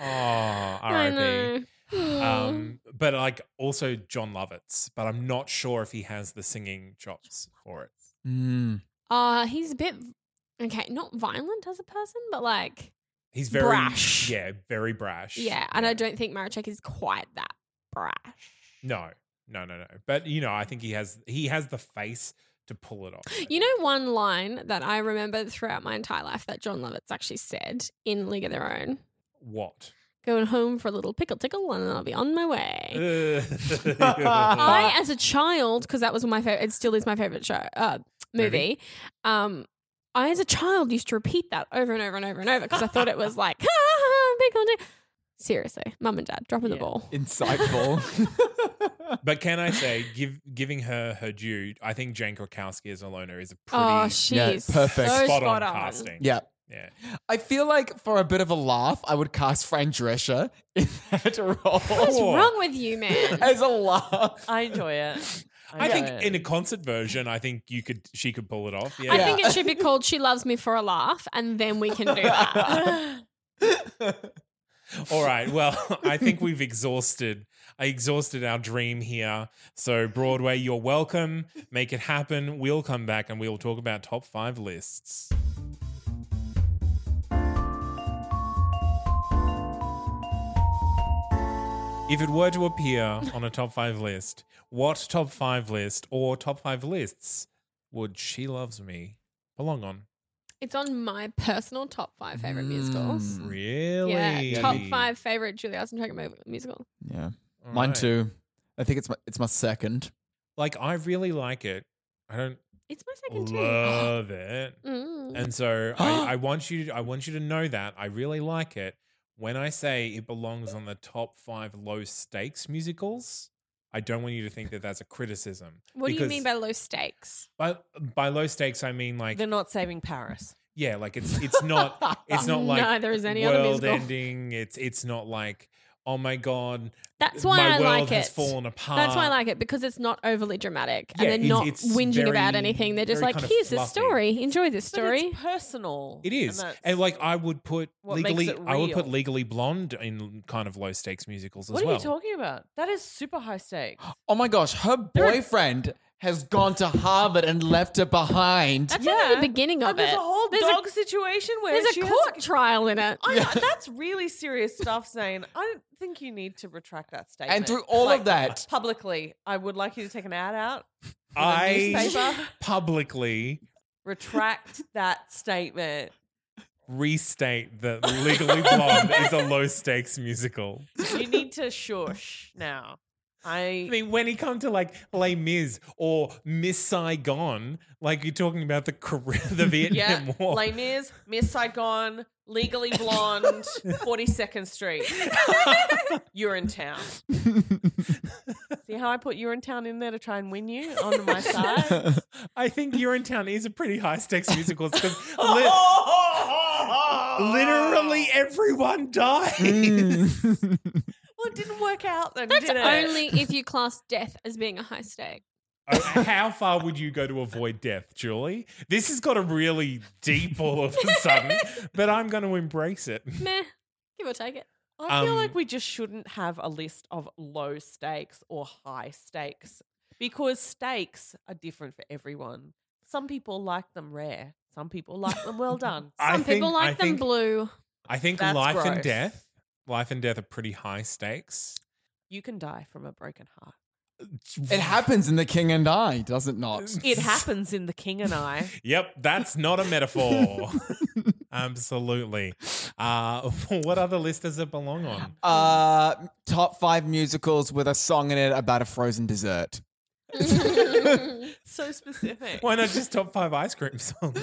oh, I RIP. know. Mm. Um, but like also John Lovitz, but I'm not sure if he has the singing chops for it. Mm. [GASPS] uh, he's a bit, okay, not violent as a person, but like, He's very Brash. Yeah, very brash. Yeah, and I don't think Maracek is quite that brash. No, no, no, no. But you know, I think he has he has the face to pull it off. I You think. know, one line that I remember throughout my entire life that John Lovitz actually said in League of Their Own What? Going home for a little pickle tickle and I'll be on my way. I I, as a child, because that was my favorite, it still is my favorite show, uh, movie. Um, I, as a child, used to repeat that over and over and over and over because I thought [LAUGHS] it was like, "Ha, ha, ha, big old day." seriously, mum and dad dropping the ball. Insightful. [LAUGHS] But can I [LAUGHS] say, give, giving her her due, I think Jane Krakowski as Alona is a pretty Oh, she's Yeah, perfect. so spot on spot on. casting. [LAUGHS] yeah. Yeah. I feel like for a bit of a laugh, I would cast Fran Drescher in [LAUGHS] that What's role [LAUGHS] Cool. wrong with you, [LAUGHS] man? as a laugh. I enjoy it. I think enjoy in a concert version, I think you could she could pull it off. Yeah. I think it should be called "She Loves Me for a Laugh," and then we can do that. [LAUGHS] All right. Well, [LAUGHS] I think we've exhausted I exhausted our dream here. So Broadway, you're welcome. Make it happen. We'll come back and we'll talk about top 5 lists. If it were to appear on a top 5 list, what top 5 list or top 5 lists would She Loves Me belong on? It's on my personal top five favorite musicals. Mm. Really? Hmm. Yeah, top five favorite Julie Eisentrager mov- musical. Yeah. All Mine right. too. I think it's my it's my second. [LAUGHS] Like I really like it. I don't It's my second too. love it. [GASPS] Mm. And so [GASPS] I, I want you to I want you to know that I really like it. When I say it belongs on the top five low stakes musicals, I don't want you to think that that's a criticism. What do you Because mean by low stakes? by by low stakes? I mean like They're not saving Paris. yeah, like it's it's [LAUGHS] not it's not like Neither is any other world musical. ending. It's it's not like oh my god, That's why my I world like has it. fallen apart. That's why I like it because it's not overly dramatic Yeah, and it's- they're not it's whinging about very- anything. They're just very like, kind of here's this fluffy. story, enjoy this But story. it's personal. It is, and, that's- like I would put what makes legally, it I would put real. legally blonde in kind of low stakes musicals as what are well. you talking about? That is super [GASPS] high stakes. Oh my gosh, her boyfriend has gone to Harvard and left her behind. That's only the beginning of And there's it. a whole There's a- dog situation where There's she a has- court trial [LAUGHS] in it. I, [LAUGHS] That's really serious stuff, Zane. I don't think you need to retract that statement. through all of that- publicly, I would like you to take an ad out. in the I [LAUGHS] newspaper, publicly retract that statement. restate that legally blonde [LAUGHS] is a low stakes musical. You need to shush now. I I mean, when he come to like Les Mis or Miss Saigon, like you're talking about the Korea, the Vietnam [LAUGHS] yeah, War. Les Mis, Miss Saigon, Legally Blonde, Forty Second Street. You're in town. See how I put "You're in town" in there to try and win you onto my side. [LAUGHS] I think Urinetown is a pretty high stakes musical [LAUGHS] because Oh! literally everyone dies. Hmm. [LAUGHS] Well, it didn't work out then, That's did it? only if you class death as being a high stake. Oh, How far would you go to avoid death, Julie? This has got a really deep all of a [LAUGHS] sudden, but I'm going to embrace it. Meh, give or take it. I feel Um, like we just shouldn't have a list of low stakes or high stakes because stakes are different for everyone. Some people like them rare. Some people like them well done. I Some people think- like I them think- blue. [LAUGHS] I think That's life and gross. death, life and death are pretty high stakes. You can die from a broken heart. it happens in The King and I, does it not? It happens in The King and [LAUGHS] I. Yep, [LAUGHS] that's not a metaphor. [LAUGHS] Absolutely. Uh, [LAUGHS] what other list does it belong on? Uh, top five musicals with a song in it about a frozen [LAUGHS] dessert. So specific. Why not just top five ice cream [LAUGHS] songs?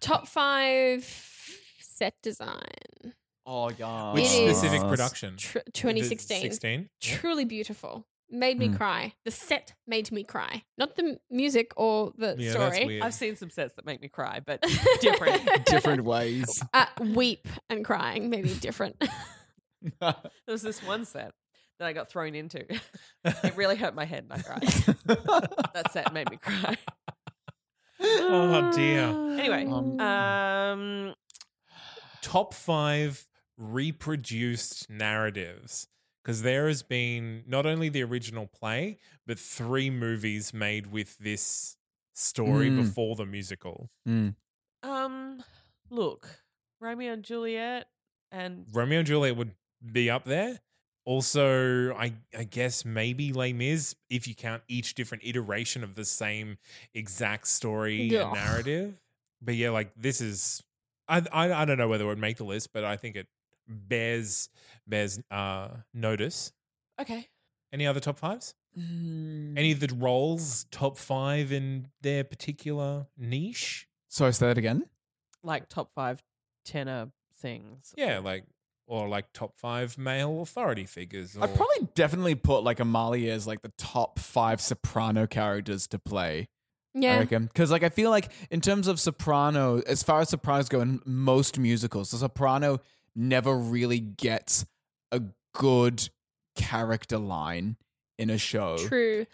Top five set design. Oh yeah. Which It is- specific production? Tr- 2016. 16? truly beautiful. Made me Hmm. Mm. cry. The set made me cry. Not the m- music or the Yeah, that's story. weird. I've seen some sets that make me cry, [LAUGHS] but different. [LAUGHS] Different ways. Uh, weep and crying, maybe different. [LAUGHS] there was this one set that I got thrown into. [LAUGHS] It really hurt my head and I cried. [LAUGHS] that set made me cry. [LAUGHS] Oh, [LAUGHS] dear. Anyway, Um, um, Top five reproduced narratives. Because there has been not only the original play, but three movies made with this story Mm. before the musical. Mm. Um, look, Romeo and Juliet, and Romeo and Juliet would be up there. Also, I I guess maybe Les Mis if you count each different iteration of the same exact story Yeah. and narrative. But yeah, like this is I, I I don't know whether it would make the list, but I think it Bears Bears uh, notice. Okay. Any other top fives? Mm. Mm. Any of the roles top five in their particular niche? [LAUGHS] Sorry, say that again. Like top five tenor things. Yeah, like or like top five male authority figures. Or, I'd probably definitely put like Amalia as like the top five soprano characters to play. I Yeah. reckon. Because like I feel like in terms of soprano, as far as sopranos go in most musicals, the soprano never really gets a good character line in a show. True.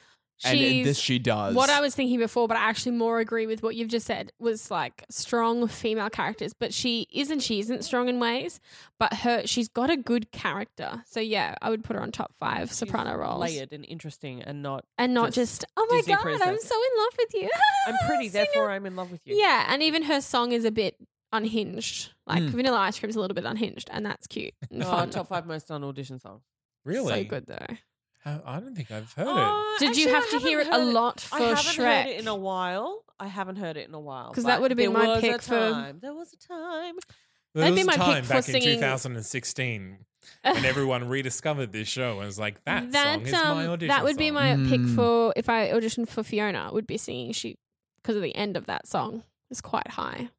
And in She's this she does. what I was thinking before, but I actually more agree with what you've just said was like strong female characters, but she isn't. She isn't strong in ways, but her she's got a good character. So yeah, I would put her on top five soprano roles, Layered and interesting and not. and not Just just, oh my Disney god, I'm princess. so in love with you. [LAUGHS] I'm pretty, Sing therefore it. I'm in love with you. Ah, Yeah, and even her song is a bit unhinged. Like Mm. Vanilla Ice Cream's a little bit unhinged, and that's cute and Oh, fun. top five most on audition songs. really So good though. I, I don't think I've heard Uh, it. Did you have to hear it a lot for I haven't Shrek? heard it in a while. I haven't heard it in a while 'Cause that but would've been there my was a pick for- time. There was a time. There That'd was be a my pick time for back in singing- 2016 when everyone rediscovered this show and was [LAUGHS] like, "That, song is my um, audition." that would be song." my [LAUGHS] pick Mm. for if I auditioned for Fiona. Would be singing she because of the end of that song is quite high,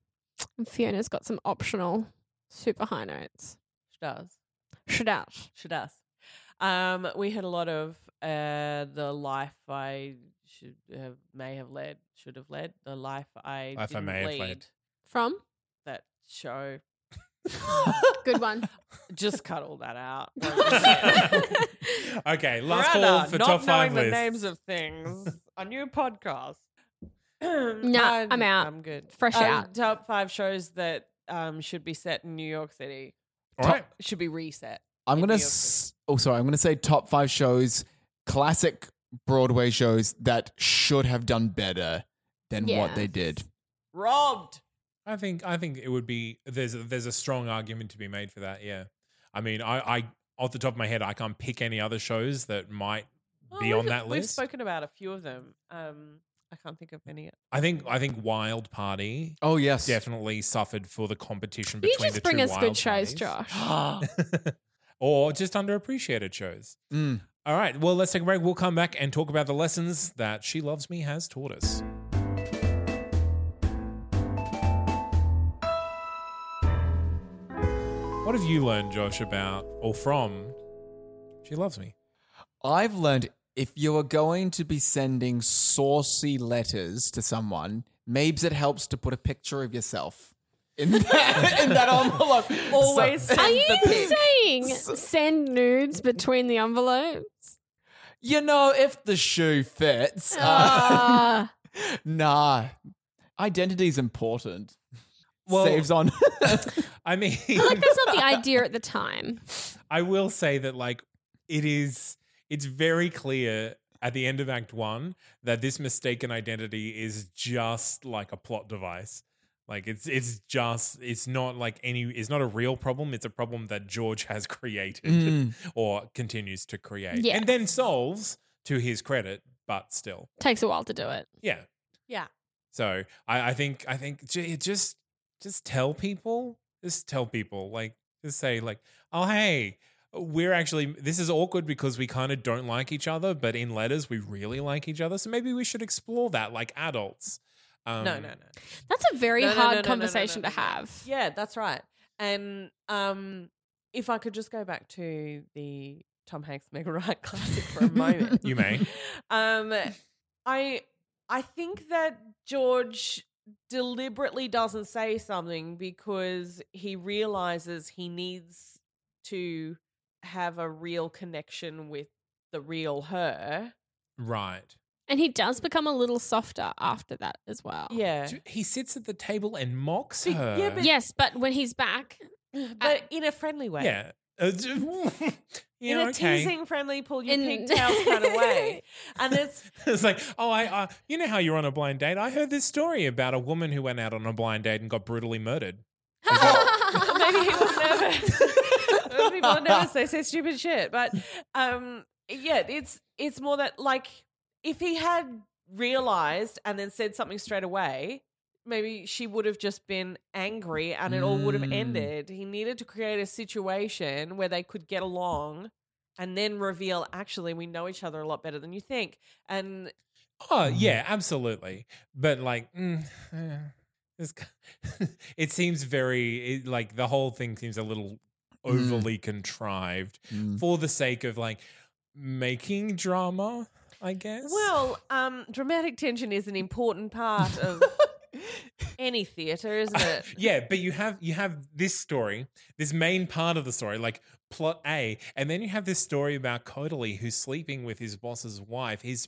and Fiona's got some optional super high notes. She does. Shout out. She does. Um, we had a lot of uh, the life I should have, may have led, should have led, the life I Life I didn't may have led. lead, From That [LAUGHS] show. [LAUGHS] good one. Just cut all that out. [LAUGHS] [LAUGHS] okay, last Rather, call for not top five knowing list. the names of things. a new podcast. [CLEARS THROAT] [CLEARS THROAT] Nah, I'm out. I'm good. Fresh Um, out. Top five shows that um, should be set in New York City. All right, Should be reset. I'm in gonna New York s- oh sorry, I'm gonna say top five shows, classic Broadway shows that should have done better than what they Yes. did. Robbed. I think I think it would be there's a, there's a strong argument to be made for that. Yeah, I mean, I, I off the top of my head, I can't pick any other shows that might be Oh, on we've- that We've list. spoken about a few of them. Um, I can't think of any. I think I think Wild Party Oh yes. definitely suffered for the competition You between the just two bring us Wild good shows, Parties. Josh. [GASPS] or just underappreciated shows. Mm. All right, well, let's take a break. We'll come back and talk about the lessons that She Loves Me has taught us. What have you learned, Josh, about or from She Loves Me? I've learned if you are going to be sending saucy letters to someone, maybe it helps to put a picture of yourself in that, [LAUGHS] in that envelope. Always So- send Are the you pic. saying [LAUGHS] send nudes between the envelopes? you know, if the shoe fits. Uh, Ah. [LAUGHS] nah, identity is important. Well- Saves on. [LAUGHS] I mean, like that's not the idea at the time. I will say that like it is it's very clear at the end of act 1 that this mistaken identity is just like a plot device. Like it's it's just it's not like any it's not a real problem, it's a problem that George has [LAUGHS] created Mm. or continues to create Yeah. and then solves to his credit, but still. Takes a while to do it. Yeah. Yeah. So I, I think I think j- just just tell people, just tell people, like just say like, oh hey, we're actually this is awkward because we kind of don't like each other, but in letters we really like each other, so maybe we should explore that like adults. Um, No, no, no. That's a very No, no, no, hard no, no, no, conversation no, no, to no. have. Yeah, that's right. And um, if I could just go back to the Tom Hanks Mega Right [LAUGHS] classic for a moment, You may. [LAUGHS] Um, I I think that George deliberately doesn't say something because he realizes he needs to have a real connection with the real her. [LAUGHS] Right. And he does become a little softer after that as well. Yeah. Oh, [SIGHS] Do- He sits at the table and mocks Be- her. yeah, but- Yes, but when he's back, [LAUGHS] But in a friendly way. yeah. Uh, d- [LAUGHS] you [LAUGHS] in know, a okay. teasing, friendly, pull your In- pigtails kind [LAUGHS] of way. And it's it's like, oh, I, uh, you know how you're on a blind date. I heard this story about a woman who went out on a blind date and got brutally murdered. [LAUGHS] maybe he was never. people are never say say stupid shit, but um, yeah, it's it's more that like if he had realized and then said something straight away, maybe she would have just been angry and it all would have Mm. ended. He needed to create a situation where they could get along and then reveal actually we know each other a lot better than you think. And Oh yeah, absolutely. But like, mm, eh, it's, ki- [LAUGHS] it seems very it, like the whole thing seems a little Mm. overly contrived for the sake of like making drama. I guess. well, um dramatic tension is an important part of any theater, isn't it? yeah, but you have you have this story, this main part of the story, like plot A, and then you have this story about Codily who's sleeping with his boss's wife. His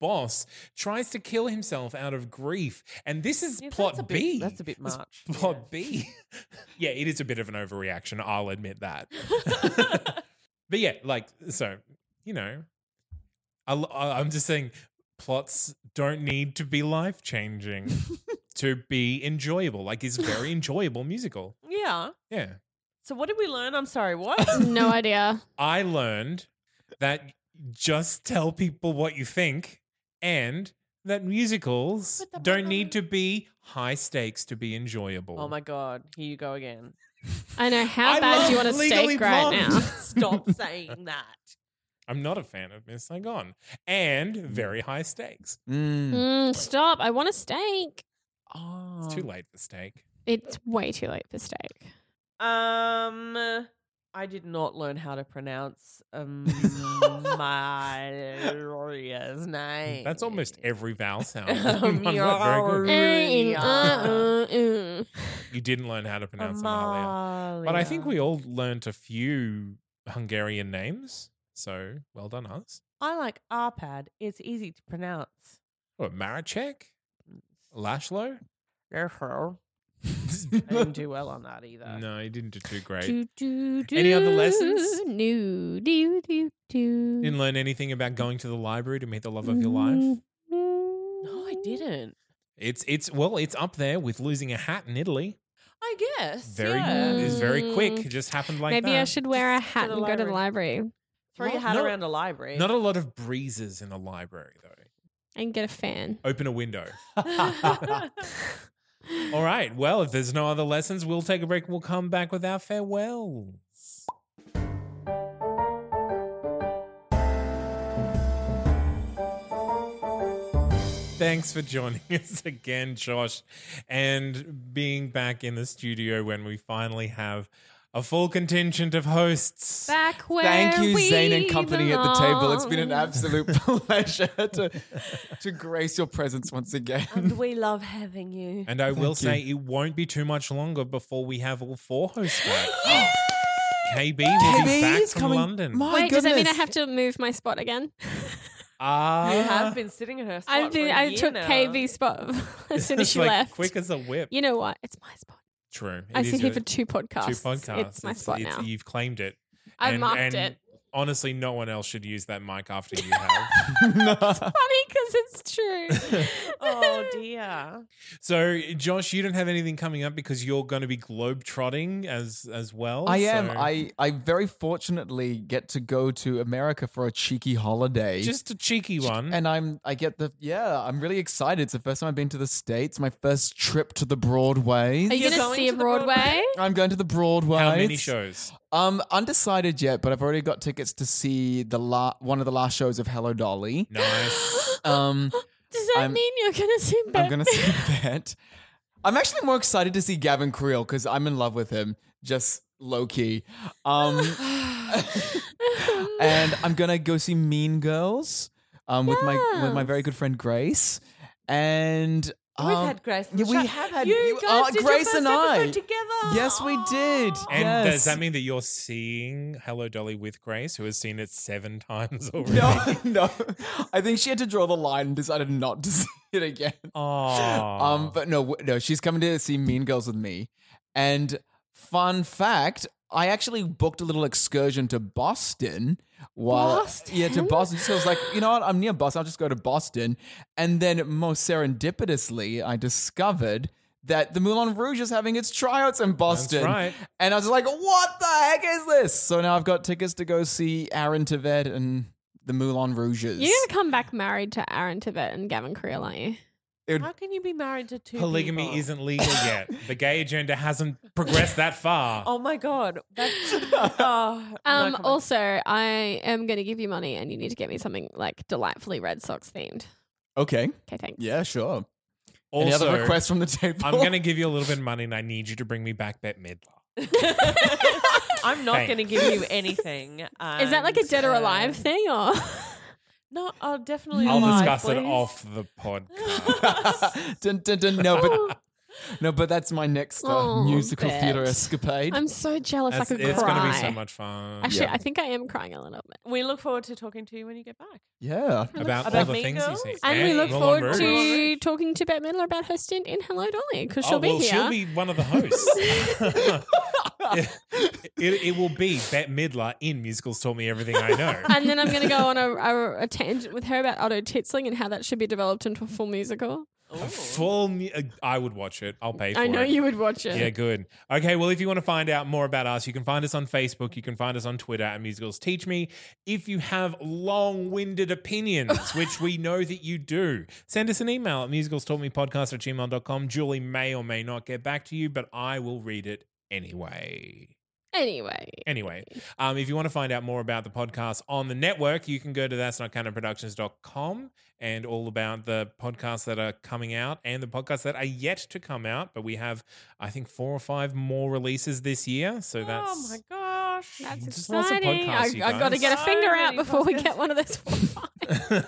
boss tries to kill himself out of grief, and this is Yeah, that's plot a bit- B. that's a bit This much, Plot yeah. [LAUGHS] B. yeah, it is a bit of an overreaction. I'll admit that. [LAUGHS] but yeah, like so, you know, I, I- I'm just saying plots don't need to be life [LAUGHS] changing to be enjoyable. Like it's a very enjoyable musical. Yeah. Yeah. So what did we learn? I'm sorry, what? no idea. I learned that just tell people what you think and that musicals But the don't problem- need to be high stakes to be enjoyable. oh my god, here you go again. I know how I bad you love want a Legally steak right Blonde. [LAUGHS] now. Stop saying that. I'm not a fan of Miss Saigon and Mm. very high stakes. Mm. Mm, stop! I want a steak. It's Oh. too late for steak. It's way too late for steak. Um, I did not learn how to pronounce um Maria's name. Mm, That's almost every [LAUGHS] vowel sound. [LAUGHS] I'm not very good. uh, Amalia. Mm, You didn't learn how to pronounce Amalia. But I think we all learnt a few Hungarian names. So well done, us. I like Arpad. It's easy to pronounce. What, Maracek? Lashlo? Therefore, [LAUGHS] I didn't [LAUGHS] do well on that either. no, you didn't do too great. do, do, do, Any other lessons? No. Do, do, do. Didn't learn anything about going to the library to meet the love of your life. Mm. No, I didn't. It's it's well, it's up there with losing a hat in Italy. I guess. Very yeah. it's very quick. Mm. It just happened like Maybe that. I should wear a Just go hat to and the go to the library Throw your Not- hat not- around a library. [LAUGHS] Not a lot of breezes in the library though. and get a fan. Open a window. [LAUGHS] [LAUGHS] All right. Well, if there's no other lessons, we'll take a break. We'll come back with our farewells. Thanks for joining [LAUGHS] us again, Josh, and being back in the studio when we finally have a full contingent of hosts. Back where Thank you, we Zane and company at the table. It's been an belong. absolute [LAUGHS] pleasure to, to grace your presence once again. and we love having you. [LAUGHS] And I will you. say it won't be too much longer before we have all four hosts [GASPS] back. KB will be back is from coming- London. My Wait, does that mean I goodness. have to move my spot again? Ah. You [LAUGHS] have been sitting in her spot. I've been, for a I year took now. KB's spot [LAUGHS] as soon as It's she like left. Quick as a whip. You know what? It's my spot. True. It I is sit here your- for two podcasts. two podcasts. It's my It's- spot it's- now. e You've claimed it. I And- marked and it. [LAUGHS] Honestly, no one else should use that mic after you [LAUGHS] have. [LAUGHS] Funny because it's true. Oh dear. so, Josh, you don't have anything coming up because you're going to be globetrotting as as well. I am. so- I, I very fortunately get to go to America for a cheeky holiday. just a cheeky one. and I'm I get the yeah, I'm really excited. It's the first time I've been to the States, my first trip to the Broadway. Are you You're going to going see a to the Broadway? Broadway? I'm going to the Broadway. How many [SIGHS] shows? Um, undecided yet, but I've already got tickets to see the la- one of the last shows of Hello Dolly. Nice. Um, Does that I'm- mean you're going to see Bette? [LAUGHS] I'm gonna see [LAUGHS] that. I'm actually more excited to see Gavin Creel because I'm in love with him, just low key. [SIGHS] Um, [LAUGHS] [LAUGHS] and I'm gonna go see Mean Girls um, with my with my very good friend Grace. And um, We've had Grace. Yeah, we Shut- have had you, guys uh, did Grace your first and I episode together. Yes, we did. Oh. Aw. And does Yes. that mean that you're seeing Hello Dolly with Grace, who has seen it seven [LAUGHS] times already? [LAUGHS] No, no. I think she had to draw the line and decided not to [LAUGHS] see it again. Aw. Um, but no, w- no, she's coming to see Mean Girls with me. And fun fact, I actually booked a little excursion to Boston. While, Boston? Yeah, to Boston. So I was like, you know what? I'm near Boston. I'll just go to Boston. And then most serendipitously, I discovered that the Moulin Rouge is having its tryouts in Boston. right. And I was like, what the heck is this? So now I've got tickets to go see Aaron Tveit and the Moulin Rouges. You're going to come back married to Aaron Tibbet and Gavin Creel, aren't you? It would How can you be married to two? Polygamy people? isn't legal yet. the gay agenda hasn't progressed that far. Oh my god. [LAUGHS] That's, oh, no Um, comment. also, I am going to give you money and you need to get me something like delightfully Red Sox themed. okay. Okay, thanks. Yeah, sure. Any also, other requests from the [LAUGHS] table? I'm going to give you a little bit of money and I need you to bring me back Bette Midler. [LAUGHS] I'm not Thanks. going to give you anything. Is that like a and, dead or uh, alive thing or? No, I'll definitely. I'll alive, discuss it please. off the podcast. dun, dun, dun. No, but no, but that's my next uh, Oh, musical Bet. theater escapade. [LAUGHS] I'm so jealous. That's- I could it's cry. going to be so much fun. Actually, Yeah. I think I am crying a little bit. [LAUGHS] We look forward to talking to you when you get back. yeah. about, About all the Mean things you Girls? see. And we look Moulin forward Rouge. to talking to Bette Midler about her stint in Hello Dolly because she'll oh, be well, here. She'll be one of the hosts. it, it will be Bette Midler in musicals. Told me everything I [LAUGHS] know. [LAUGHS] and then I'm going [LAUGHS] to go on a, a, a tangent with her about Otto Titzling and how that should be developed into a full musical. A Full. mu- uh, I would watch it. I'll pay for it. I know you would watch it. Yeah, good. Okay, well, if you want to find out more about us, you can find us on Facebook. You can find us on Twitter at Musicals Teach Me. If you have long winded [LAUGHS] opinions, which we know that you do, send us an email at musicalstalkmepodcast at gmail.com. Julie may or may not get back to you, but I will read it anyway. Anyway, Anyway, um, if you want to find out more about the podcast on the network, you can go to that's not canon productions.com and all about the podcasts that are coming out and the podcasts that are yet to come out. But we have, I think, four or five more releases this year. So that's. oh my gosh. that's Just lots of exciting. podcasts, you I, I've got to guys. get a So finger out many before we podcasts. get one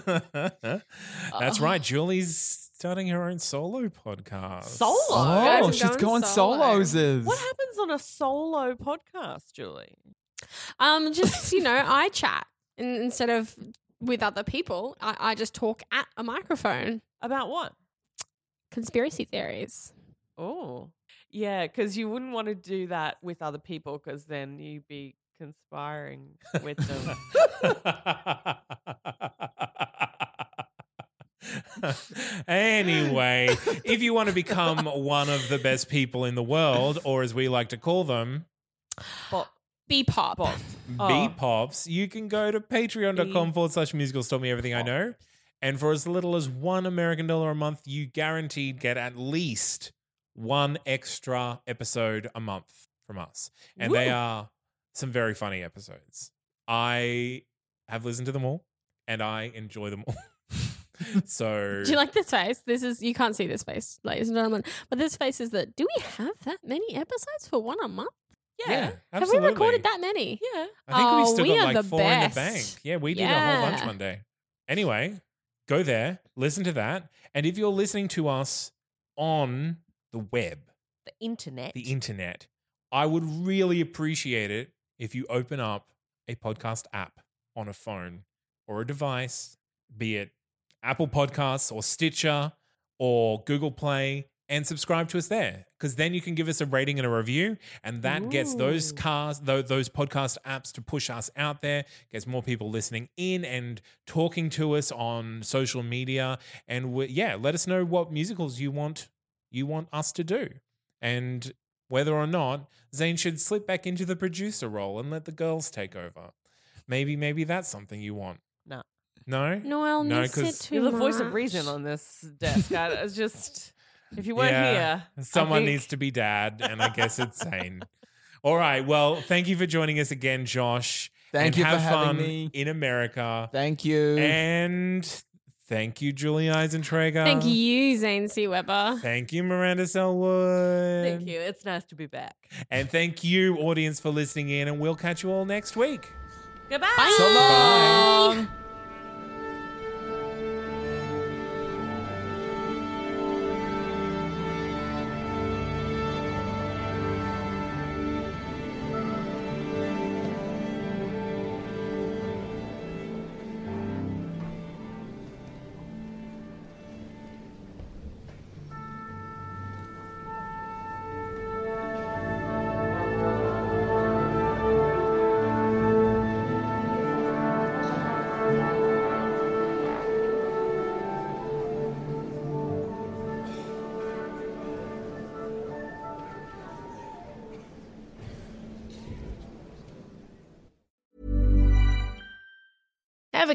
[LAUGHS] of those. [LAUGHS] that's Oh. right. Julie's starting her own solo podcast. Solo? Oh, Guys, I'm she's going going solo. soloses. What happens on a solo podcast, Julie? Um, just you know, I chat and instead of with other people. I, I just talk at a microphone. About what? Conspiracy theories. Oh, yeah, because you wouldn't want to do that with other people, because then you'd be conspiring with them. anyway, if you want to become one of the best people in the world, or as we like to call them, But, B pop. but Oh. B oh, pops, you can go to patreon.com B- forward slash musicals tell me everything I know. And for as little as one American dollar a month, you guaranteed get at least one extra episode a month from us. And they Woo. are some very funny episodes. I have listened to them all and I enjoy them all. [LAUGHS] so [LAUGHS] Do you like this face? This is you can't see this face, ladies and gentlemen. But this face is that. Do we have that many episodes for one a month? yeah, Have we recorded that many? yeah. I think we've Oh, still we got are like the four in the best. bank. Yeah, we did a whole bunch Yeah. one day. Anyway, go there, listen to that. And if you're listening to us on the web, The internet. the internet, I would really appreciate it if you open up a podcast app on a phone or a device, be it Apple Podcasts or Stitcher or Google Play, and subscribe to us there. Because then you can give us a rating and a review, and that gets those Ooh. cars, those, those podcast apps to push us out there, gets more people listening in and talking to us on social media, and we, yeah, let us know what musicals you want you want us to do, and whether or not Zane should slip back into the producer role and let the girls take over. Maybe maybe that's something you want. No. No. Noel No, needs it 'cause- too You're the voice of much. reason on this desk. I, it's just, if you weren't Yeah. here, I Someone think- needs to be dad, and I guess it's Zane. All right. Well, thank you for joining us again, Josh. Thank and you for have having fun me. in America. Thank you. And thank you, Julie Eisentrager. Thank you, Zane C. Weber. Thank you, Miranda Selwood. Thank you. It's nice to be back. And thank you, audience, for listening in. And we'll catch you all next week. Goodbye. so long. Ever